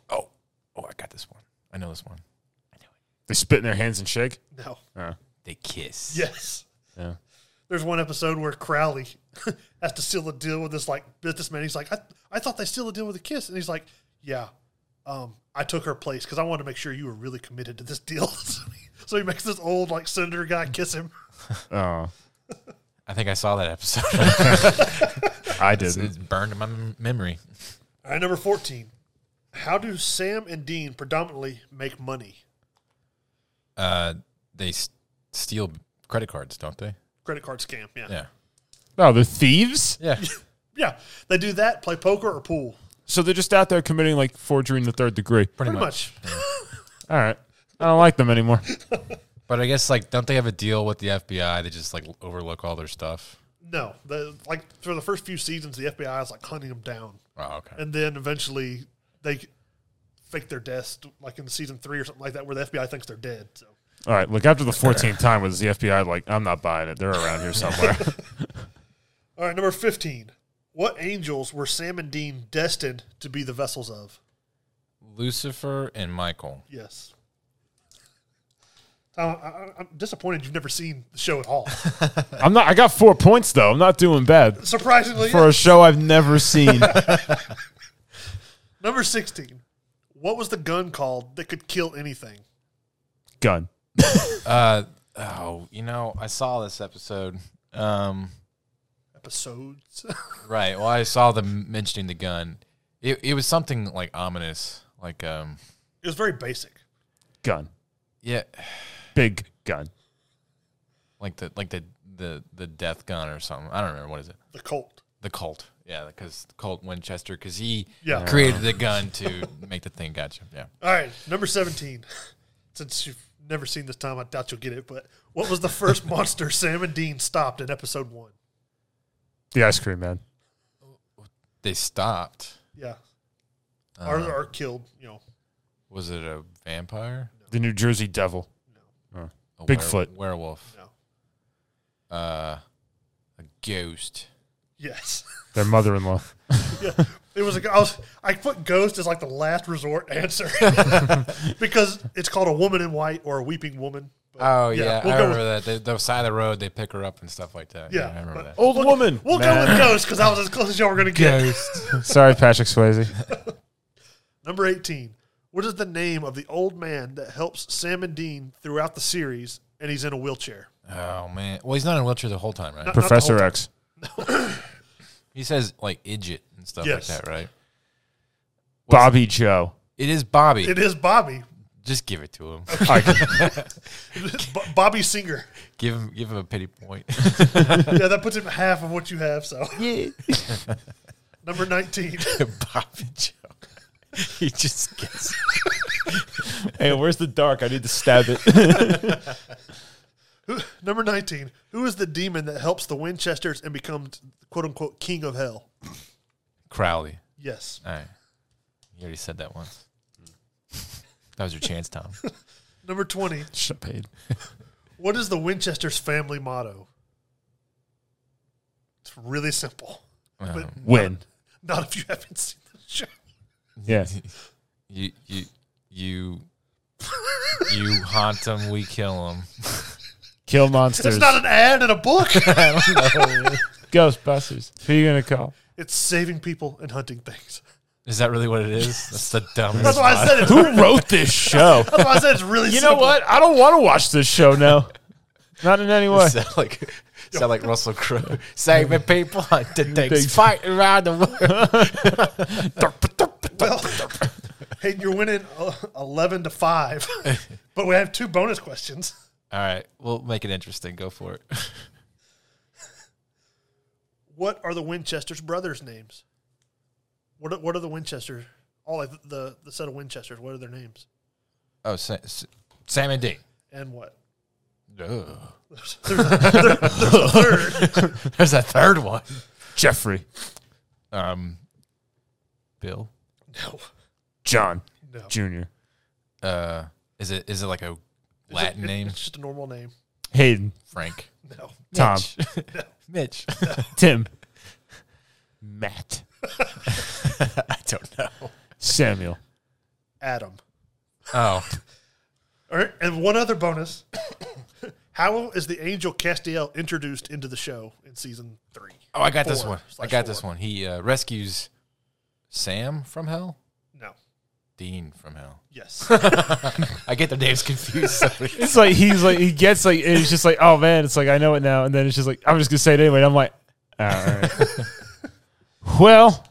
[SPEAKER 1] Oh, oh, I got this one. I know this one.
[SPEAKER 2] They spit in their hands and shake.
[SPEAKER 3] No.
[SPEAKER 2] Uh,
[SPEAKER 1] They
[SPEAKER 3] *laughs*
[SPEAKER 1] kiss.
[SPEAKER 3] Yes.
[SPEAKER 2] yeah.
[SPEAKER 3] There's one episode where Crowley *laughs* has to seal a deal with this like businessman. He's like, I, I thought they sealed a deal with a kiss. And he's like, Yeah, um, I took her place because I wanted to make sure you were really committed to this deal. *laughs* so, he, so he makes this old like senator guy kiss him.
[SPEAKER 2] Oh,
[SPEAKER 1] I think I saw that episode. *laughs*
[SPEAKER 2] I didn't.
[SPEAKER 1] it's burned in my mem- memory.
[SPEAKER 3] All right, number 14. How do Sam and Dean predominantly make money?
[SPEAKER 1] Uh, they s- steal credit cards, don't they?
[SPEAKER 3] Credit card scam. Yeah.
[SPEAKER 1] Yeah.
[SPEAKER 2] Oh, they're thieves?
[SPEAKER 1] *laughs* Yeah.
[SPEAKER 3] Yeah. They do that, play poker or pool.
[SPEAKER 2] So they're just out there committing like forgery in the third degree.
[SPEAKER 3] Pretty much.
[SPEAKER 2] All right. I don't like them anymore.
[SPEAKER 1] But I guess like don't they have a deal with the FBI? They just like overlook all their stuff.
[SPEAKER 3] No, the, like for the first few seasons, the FBI is like hunting them down,
[SPEAKER 1] Oh, okay.
[SPEAKER 3] and then eventually they fake their deaths, like in season three or something like that, where the FBI thinks they're dead. So
[SPEAKER 2] All right. Look, after the 14th time with the FBI, like, I'm not buying it. They're around here *laughs* somewhere.
[SPEAKER 3] All right, number 15. What angels were Sam and Dean destined to be the vessels of?
[SPEAKER 1] Lucifer and Michael.
[SPEAKER 3] Yes. Tom, I, I- I'm disappointed you've never seen the show at all.
[SPEAKER 2] I'm not, I got four points though. I'm not doing bad
[SPEAKER 3] Surprisingly,
[SPEAKER 2] for a show I've never *laughs* seen.
[SPEAKER 3] number 16. What was the gun called that could kill anything?
[SPEAKER 2] Gun.
[SPEAKER 1] Uh oh, you know, I saw this episode. Um
[SPEAKER 3] Episodes. *laughs*
[SPEAKER 1] right. Well, I saw them mentioning the gun. It it was something like ominous. Like um
[SPEAKER 3] it was very basic.
[SPEAKER 2] Gun.
[SPEAKER 1] yeah,
[SPEAKER 2] Big gun.
[SPEAKER 1] like the like the the the death gun or something. I don't remember what is it.
[SPEAKER 3] The Colt.
[SPEAKER 1] The cult. Yeah, because Colt Winchester, because he
[SPEAKER 3] Yeah.
[SPEAKER 1] created the gun to make the thing. Gotcha. Yeah.
[SPEAKER 3] All right, number 17. *laughs* Since you've never seen this, Tom, I doubt you'll get it, but what was the
[SPEAKER 1] *laughs*
[SPEAKER 3] first monster Sam and Dean stopped in episode one?
[SPEAKER 2] The ice cream man.
[SPEAKER 1] They stopped.
[SPEAKER 3] Yeah. Or,
[SPEAKER 1] Uh,
[SPEAKER 3] or killed, you know.
[SPEAKER 1] Was it a vampire?
[SPEAKER 2] The New Jersey devil.
[SPEAKER 1] A
[SPEAKER 2] Bigfoot.
[SPEAKER 1] were- werewolf.
[SPEAKER 3] No.
[SPEAKER 1] Uh, a ghost.
[SPEAKER 3] Yes. *laughs*
[SPEAKER 2] Their mother in law.
[SPEAKER 3] Yeah, it was a. I was. I put ghost as like the last resort
[SPEAKER 1] *laughs*
[SPEAKER 3] answer *laughs* because it's called a woman in white or a weeping woman. But
[SPEAKER 1] Oh
[SPEAKER 3] Yeah,
[SPEAKER 1] yeah,
[SPEAKER 3] we'll
[SPEAKER 1] I
[SPEAKER 3] go
[SPEAKER 1] remember that. They, the side of the road, they pick her up and stuff like that.
[SPEAKER 3] Yeah,
[SPEAKER 1] I remember
[SPEAKER 3] *laughs*
[SPEAKER 1] that.
[SPEAKER 2] Old woman.
[SPEAKER 3] we'll go
[SPEAKER 2] *laughs*
[SPEAKER 3] with ghost because I was as close as y'all were gonna get.
[SPEAKER 2] Sorry, Patrick Swayze. *laughs*
[SPEAKER 3] Number eighteen. What is the name of the old man that helps Sam and Dean throughout the series, and he's in a wheelchair?
[SPEAKER 1] *laughs* Oh man. Well, he's not in a wheelchair the whole time, right?
[SPEAKER 2] Professor X.
[SPEAKER 1] He says like idiot and stuff
[SPEAKER 3] Yes.
[SPEAKER 1] like that, right?
[SPEAKER 2] Bobby Joe.
[SPEAKER 1] It is Bobby.
[SPEAKER 3] It is Bobby,
[SPEAKER 1] Just give it to him.
[SPEAKER 3] B- Bobby Singer.
[SPEAKER 1] *laughs* give him give him a pity point. *laughs*
[SPEAKER 3] Yeah, that puts him at half of what you have. So *laughs* number nineteen. *laughs*
[SPEAKER 1] Bobby Joe. *laughs* he just gets
[SPEAKER 2] *laughs* hey, where's the dark? I need to stab it.
[SPEAKER 3] Number nineteen. Who is the demon that helps the Winchesters and becomes quote unquote king of hell?
[SPEAKER 1] *laughs* Crowley.
[SPEAKER 3] Yes.
[SPEAKER 1] All right. You already said that once.
[SPEAKER 3] Hmm.
[SPEAKER 1] that was your chance, Tom.
[SPEAKER 3] Number twenty.
[SPEAKER 2] Champagne.
[SPEAKER 3] What is the Winchester's family motto? It's really simple. *laughs*
[SPEAKER 1] Uh, Um,
[SPEAKER 3] But
[SPEAKER 2] Win.
[SPEAKER 3] Not, if you haven't seen the show.
[SPEAKER 2] Yeah.
[SPEAKER 1] You you you you haunt them, we kill them.
[SPEAKER 2] *laughs* Kill
[SPEAKER 3] It's
[SPEAKER 2] monsters.
[SPEAKER 3] not an ad in a
[SPEAKER 2] *laughs*
[SPEAKER 3] book.
[SPEAKER 2] Ghostbusters. Who you gonna call?
[SPEAKER 3] it's saving people and hunting things.
[SPEAKER 1] Is that really what it is? That's the dumbest.
[SPEAKER 3] *laughs* That's why
[SPEAKER 1] *laughs*
[SPEAKER 3] I said it's,
[SPEAKER 2] Who wrote this show?
[SPEAKER 3] that's why I said it's really
[SPEAKER 2] You know
[SPEAKER 3] simple.
[SPEAKER 2] what? I don't want to watch this show now. Not in any way.
[SPEAKER 1] sound like sound like Russell Crowe saving people to
[SPEAKER 3] *laughs*
[SPEAKER 1] things fight around the world.
[SPEAKER 3] *laughs* Hey, you're winning uh, 11 to 5. *laughs* but we have two bonus questions.
[SPEAKER 1] All right, we'll make it interesting. Go for it.
[SPEAKER 3] What are the Winchester's brothers' names? What are, what are the Winchester? All like the, the set of Winchesters. What are their names?
[SPEAKER 1] Oh, Sa- S- Sam and Dean.
[SPEAKER 3] And what? *laughs*
[SPEAKER 1] Ugh.
[SPEAKER 3] There's a- there- there's a third.
[SPEAKER 1] There's a third one.
[SPEAKER 2] *laughs* Jeffrey.
[SPEAKER 1] Um, Bill.
[SPEAKER 3] No,
[SPEAKER 2] John.
[SPEAKER 3] no.
[SPEAKER 2] Jr.
[SPEAKER 1] Uh, is it is it like a Latin
[SPEAKER 3] It-
[SPEAKER 1] name?
[SPEAKER 3] It's just a normal name.
[SPEAKER 2] Hayden.
[SPEAKER 1] Frank.
[SPEAKER 3] No.
[SPEAKER 2] Tom.
[SPEAKER 1] Mitch.
[SPEAKER 2] Tim.
[SPEAKER 1] *laughs*
[SPEAKER 2] Matt.
[SPEAKER 1] I don't know.
[SPEAKER 2] Samuel.
[SPEAKER 3] Adam.
[SPEAKER 1] Oh,
[SPEAKER 3] All right, and one other bonus. *coughs* How is the angel Castiel introduced into the show in season three?
[SPEAKER 1] oh, I got this
[SPEAKER 3] Four
[SPEAKER 1] one. I
[SPEAKER 3] slash
[SPEAKER 1] got this
[SPEAKER 3] four.
[SPEAKER 1] one. He uh, rescues Sam from hell.
[SPEAKER 3] No.
[SPEAKER 1] Dean from hell. *laughs*
[SPEAKER 3] Yes. *laughs*
[SPEAKER 1] I get their names confused. *laughs* Sorry.
[SPEAKER 2] It's like he's like he gets like it's just like oh man it's like I know it now and then it's just like I'm just gonna say it anyway. And I'm like all *laughs* right. well,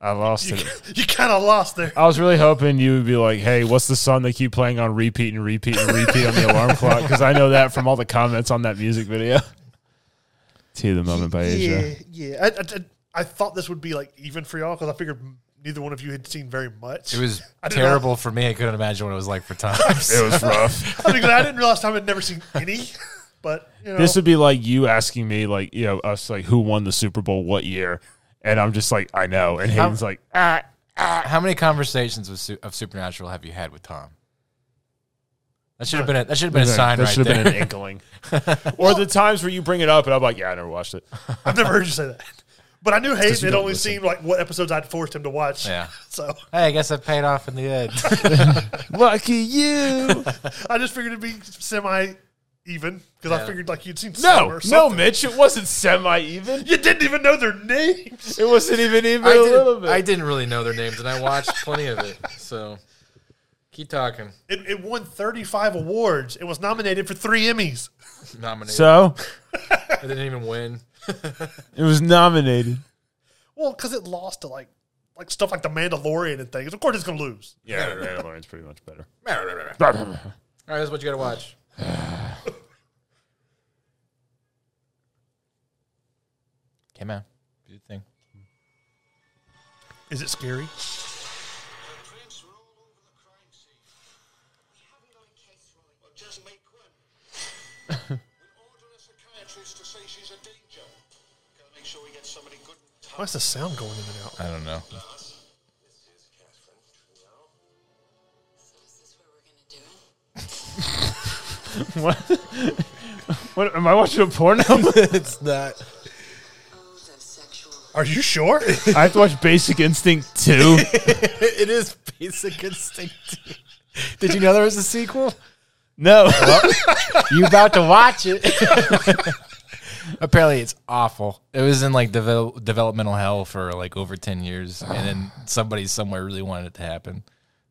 [SPEAKER 2] I lost
[SPEAKER 3] you
[SPEAKER 2] it.
[SPEAKER 3] you kind of lost there.
[SPEAKER 2] I was really hoping you would be like, hey, what's the song they keep playing on repeat and repeat and repeat on the
[SPEAKER 1] *laughs*
[SPEAKER 2] alarm clock? Because I know that from all the comments on that music video. To the moment by Asia.
[SPEAKER 3] yeah. I, I, I- I thought this would be like even for y'all because I figured neither one of you had seen very much.
[SPEAKER 1] It was
[SPEAKER 3] I did not-
[SPEAKER 1] terrible for me. I couldn't imagine what it was like for Tom.
[SPEAKER 2] It was rough.
[SPEAKER 1] *laughs*
[SPEAKER 3] I, mean, I didn't realize Tom had never seen any, *laughs* but you know,
[SPEAKER 2] This would be like you asking me, like, you know, us, like, who won the Super Bowl what year? And I'm just like, I know. And Hayden's like, ah.
[SPEAKER 1] *laughs* How many conversations with, Su- of Supernatural have you had with Tom? That should have been a, that should have been a sign
[SPEAKER 2] that
[SPEAKER 1] right
[SPEAKER 2] should have
[SPEAKER 1] there.
[SPEAKER 2] been an inkling. or the times where you bring it up and I'm like, yeah, I never watched it.
[SPEAKER 3] I've never heard you say that. But I knew Hayden
[SPEAKER 2] you
[SPEAKER 3] had
[SPEAKER 2] don't
[SPEAKER 3] only
[SPEAKER 2] listen.
[SPEAKER 3] seen like what episodes I'd forced him to watch.
[SPEAKER 1] *laughs* Yeah.
[SPEAKER 3] *laughs* So
[SPEAKER 1] hey, I guess that paid off in the end.
[SPEAKER 2] Lucky you.
[SPEAKER 3] I just figured it'd be semi even because I figured like you'd seen some
[SPEAKER 2] no,
[SPEAKER 3] or
[SPEAKER 2] no,
[SPEAKER 3] something.
[SPEAKER 2] Mitch. It wasn't semi even.
[SPEAKER 3] You didn't even know their names.
[SPEAKER 2] It wasn't even
[SPEAKER 1] *laughs*
[SPEAKER 2] even
[SPEAKER 1] I
[SPEAKER 2] a little
[SPEAKER 1] didn't,
[SPEAKER 2] bit.
[SPEAKER 1] I didn't really know their names, and I watched plenty of it. So keep talking.
[SPEAKER 3] It, it won 35 awards. It was nominated for three Emmys.
[SPEAKER 1] Nominated.
[SPEAKER 2] so
[SPEAKER 1] I didn't even win.
[SPEAKER 2] it was nominated.
[SPEAKER 3] Well, because it lost to like like stuff like The Mandalorian and things. Of course, it's gonna lose.
[SPEAKER 2] Yeah, Mandalorian's pretty much better.
[SPEAKER 1] All right, that's what you got to watch. *sighs* Came out. Good thing.
[SPEAKER 3] Is it scary?
[SPEAKER 6] Well, just make one. we'll order a psychiatrist to say she's a danger. Gotta make sure we get somebody good and tough.
[SPEAKER 3] Why's the sound going in and out?
[SPEAKER 1] I don't know.
[SPEAKER 6] This is Catherine.
[SPEAKER 7] Is this where we're gonna do it?
[SPEAKER 6] Now,
[SPEAKER 2] *laughs* What? what? Am I watching a porno?
[SPEAKER 1] It's not.
[SPEAKER 7] Oaths of Oh, sexual
[SPEAKER 3] Are you
[SPEAKER 2] *laughs*
[SPEAKER 3] sure?
[SPEAKER 2] *laughs* I have to watch Basic Instinct 2.
[SPEAKER 1] It is Basic Instinct. *laughs* Did you know there was a sequel?
[SPEAKER 2] No.
[SPEAKER 1] You about to watch it? *laughs* Apparently, it's awful. It was in like devel- developmental hell for like over ten years, and *sighs* then somebody somewhere really wanted it to happen.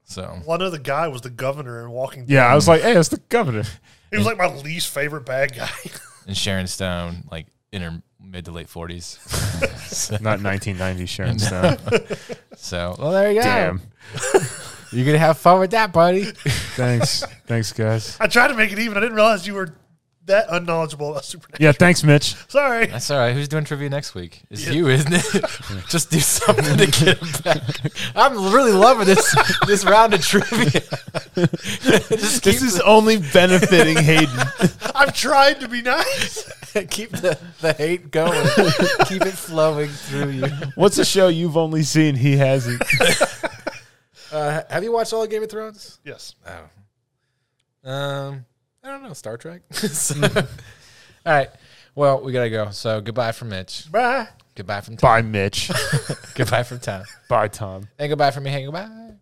[SPEAKER 1] So
[SPEAKER 3] well, I know the guy was the governor in Walking Dead.
[SPEAKER 2] yeah, I was like, hey, it's the governor.
[SPEAKER 3] He was like my least favorite bad guy. *laughs*
[SPEAKER 1] and Sharon Stone, like in her mid to late forties. *laughs* so,
[SPEAKER 2] Not 1990 Sharon Stone.
[SPEAKER 1] so, well, there you go.
[SPEAKER 2] Damn.
[SPEAKER 1] You're gonna have fun with that, buddy.
[SPEAKER 2] Thanks. Thanks, guys.
[SPEAKER 3] I tried to make it even. I didn't realize you were that unknowledgeable about Supernatural.
[SPEAKER 2] Yeah, thanks, Mitch. *laughs*
[SPEAKER 3] Sorry.
[SPEAKER 1] *laughs* That's all right. Who's doing trivia next week? It's you, isn't *laughs* it? Just do something to get him back. *laughs* I'm really loving this this round of trivia. *laughs* Just keep
[SPEAKER 2] This is only benefiting Hayden.
[SPEAKER 3] I've tried to be nice.
[SPEAKER 1] keep the, the hate going. keep it flowing through you.
[SPEAKER 2] What's a show you've only seen he hasn't?
[SPEAKER 1] Uh, have you watched all of Game of Thrones?
[SPEAKER 3] Yes.
[SPEAKER 1] Um, I don't know Star Trek. *laughs* So- all right. Well, we gotta go. So goodbye from Mitch.
[SPEAKER 3] Bye.
[SPEAKER 1] Goodbye from Tom.
[SPEAKER 2] Bye, Mitch.
[SPEAKER 1] goodbye from Tom.
[SPEAKER 2] Bye, Tom.
[SPEAKER 1] And goodbye from me. Hey, goodbye.
[SPEAKER 3] I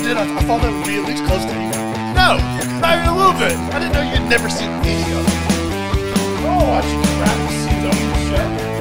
[SPEAKER 3] did. I, I thought that would be at least close to even.
[SPEAKER 2] No, not even a little bit. I didn't know you'd never seen any of it. Oh, I should grab the seat on the show.